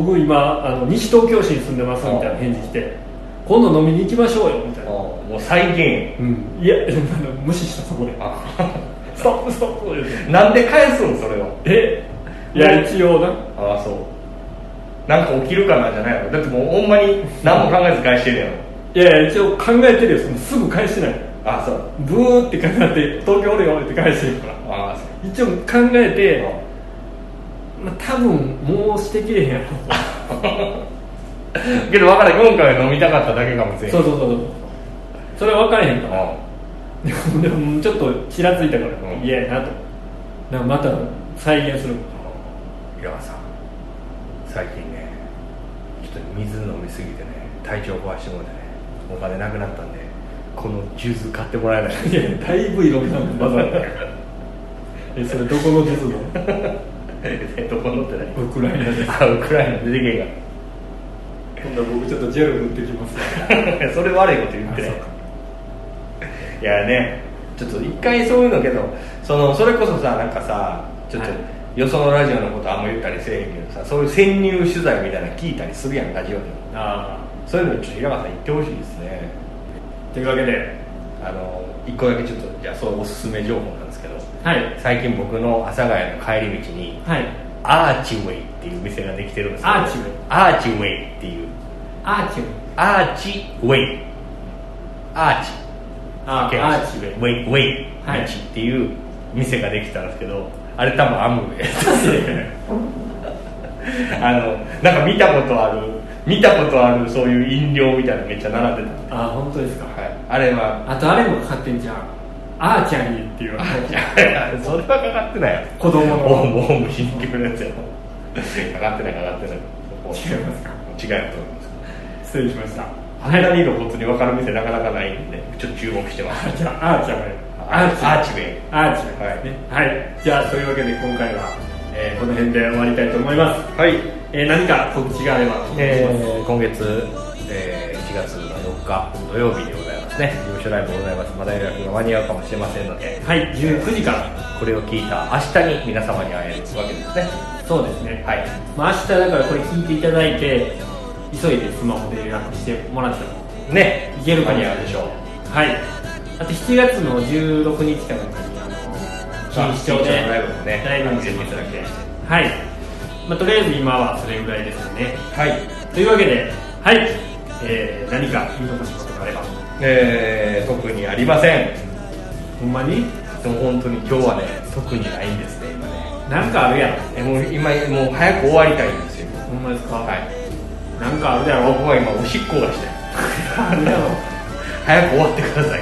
Speaker 1: 僕今あの西東京市に住んでます」みたいな返事来て「今度飲みに行きましょうよ」みたいな、
Speaker 2: んもう再現
Speaker 1: うん、いや *laughs* 無視したそこで
Speaker 2: あ
Speaker 1: 「ストップストップ」言うて
Speaker 2: *laughs* なんで返すんそれを
Speaker 1: えいや一応な
Speaker 2: ああそうなんか起きるかなじゃないのだってもうほんまに何も考えず返してるやん
Speaker 1: いやいや一応考えてるよそのすぐ返してない
Speaker 2: ああそう
Speaker 1: ブーって考えて東京おるよって返してるから
Speaker 2: ああそう
Speaker 1: 一応考えて、まあ、多分もうしてけえへんやろ
Speaker 2: けど分からん今回は飲みたかっただけかもしれん
Speaker 1: そうそうそうそうそれは分からへんから
Speaker 2: あ
Speaker 1: でもでもちょっとちらついたから
Speaker 2: うん
Speaker 1: 嫌やなとだからまた再現する
Speaker 2: あいやさ最近ねちょっと水飲みすぎてね体調壊してもらってねお金なくなったんでこのジュース買ってもらえない
Speaker 1: いやだいぶいろんなバザー *laughs* えそれどこの鉄道
Speaker 2: え *laughs* どこのってない
Speaker 1: *laughs* ウクライナです
Speaker 2: あウクライナ出てけえ
Speaker 1: 今度は僕ちょっとジェル塗ってきます
Speaker 2: が *laughs* それ悪いこと言ってない
Speaker 1: あそうか
Speaker 2: いやねちょっと一回そういうのけどそのそれこそさなんかさちょっと、
Speaker 1: はい
Speaker 2: よそのラジオのことあんま言ったりせえへんけどさそういう潜入取材みたいなの聞いたりするやんラジオでも
Speaker 1: あ
Speaker 2: そういうのちょっと平川さん言ってほしいですね
Speaker 1: あというわけで
Speaker 2: あの一個だけちょっとじゃあそうおすすめ情報なんですけど
Speaker 1: はい
Speaker 2: 最近僕の阿佐ヶ谷の帰り道に
Speaker 1: はい
Speaker 2: アーチウェイっていう店ができてるんですけど
Speaker 1: アーチウェイ
Speaker 2: アーチウェイっていう
Speaker 1: アーチェ
Speaker 2: アーチウェイアーチ
Speaker 1: あ
Speaker 2: 竹橋
Speaker 1: アーチ
Speaker 2: ウ
Speaker 1: ェ
Speaker 2: ェイウェイ道
Speaker 1: はい
Speaker 2: っていう店ができたんですけど、あれ多分アムウェイ
Speaker 1: *laughs*
Speaker 2: ですねあのなんか見たことある見たことあるそういう飲料みたいなのめっちゃ並んで
Speaker 1: あ本当ですか
Speaker 2: た、はい、あれは
Speaker 1: あとあれもかかってんじゃんアーチャリーっていう
Speaker 2: いやいやそれはかかってないよ
Speaker 1: 子供の
Speaker 2: オウムオウム皮肉のやつやろかかってないかかって
Speaker 1: 違
Speaker 2: ない
Speaker 1: いますか
Speaker 2: 違うと思います
Speaker 1: 失礼しましたは
Speaker 2: 羽
Speaker 1: い
Speaker 2: 田に露骨に分かる店なかなかないんでちょっと注目してます
Speaker 1: じゃあアーチャー
Speaker 2: アーチアーチウェイ
Speaker 1: アーチェですねはい、じゃあそういうわけで今回は、えーこの辺で終わりたいと思います、
Speaker 2: はい
Speaker 1: えー何か告知があればお願いします、
Speaker 2: えー今月、えー1月の4日土曜日でございますね事務所ライブございますまだ予約が間に合うかもしれませんので
Speaker 1: はい19時から
Speaker 2: これを聞いた明日に皆様に会えるわけですね
Speaker 1: そうですね、
Speaker 2: はい
Speaker 1: まあ、明日だからこれ聞いていただいて急いでスマホで予約してもらっても
Speaker 2: ね
Speaker 1: いけるか
Speaker 2: 間
Speaker 1: も
Speaker 2: に合うでしょう
Speaker 1: はいあと7月の16日からにあの錦糸町で
Speaker 2: あ錦糸町のライブもね
Speaker 1: ライブも出ていただけはい、まあ、とりあえず今はそれぐらいですよね
Speaker 2: はい
Speaker 1: というわけではい、えー何か言い残したことがあれば
Speaker 2: えー特にありませんほんまにでも本当に今日はね特にないんですね今ね
Speaker 1: なんかあるやろ
Speaker 2: えもう今もう早く終わりたいんですよ
Speaker 1: ほんまですか、
Speaker 2: はい
Speaker 1: なんかあるやろ *laughs*
Speaker 2: 僕は今おしっこがしたい
Speaker 1: あるやろ
Speaker 2: 早く終わってください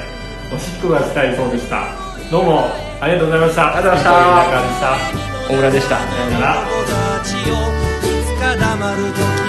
Speaker 1: おしっこがしたいそうでしたどうもありがとうございました
Speaker 2: ありがとうございまし
Speaker 1: 中でした
Speaker 2: た小倉でした
Speaker 1: さよなら
Speaker 3: 友達をいつか黙る時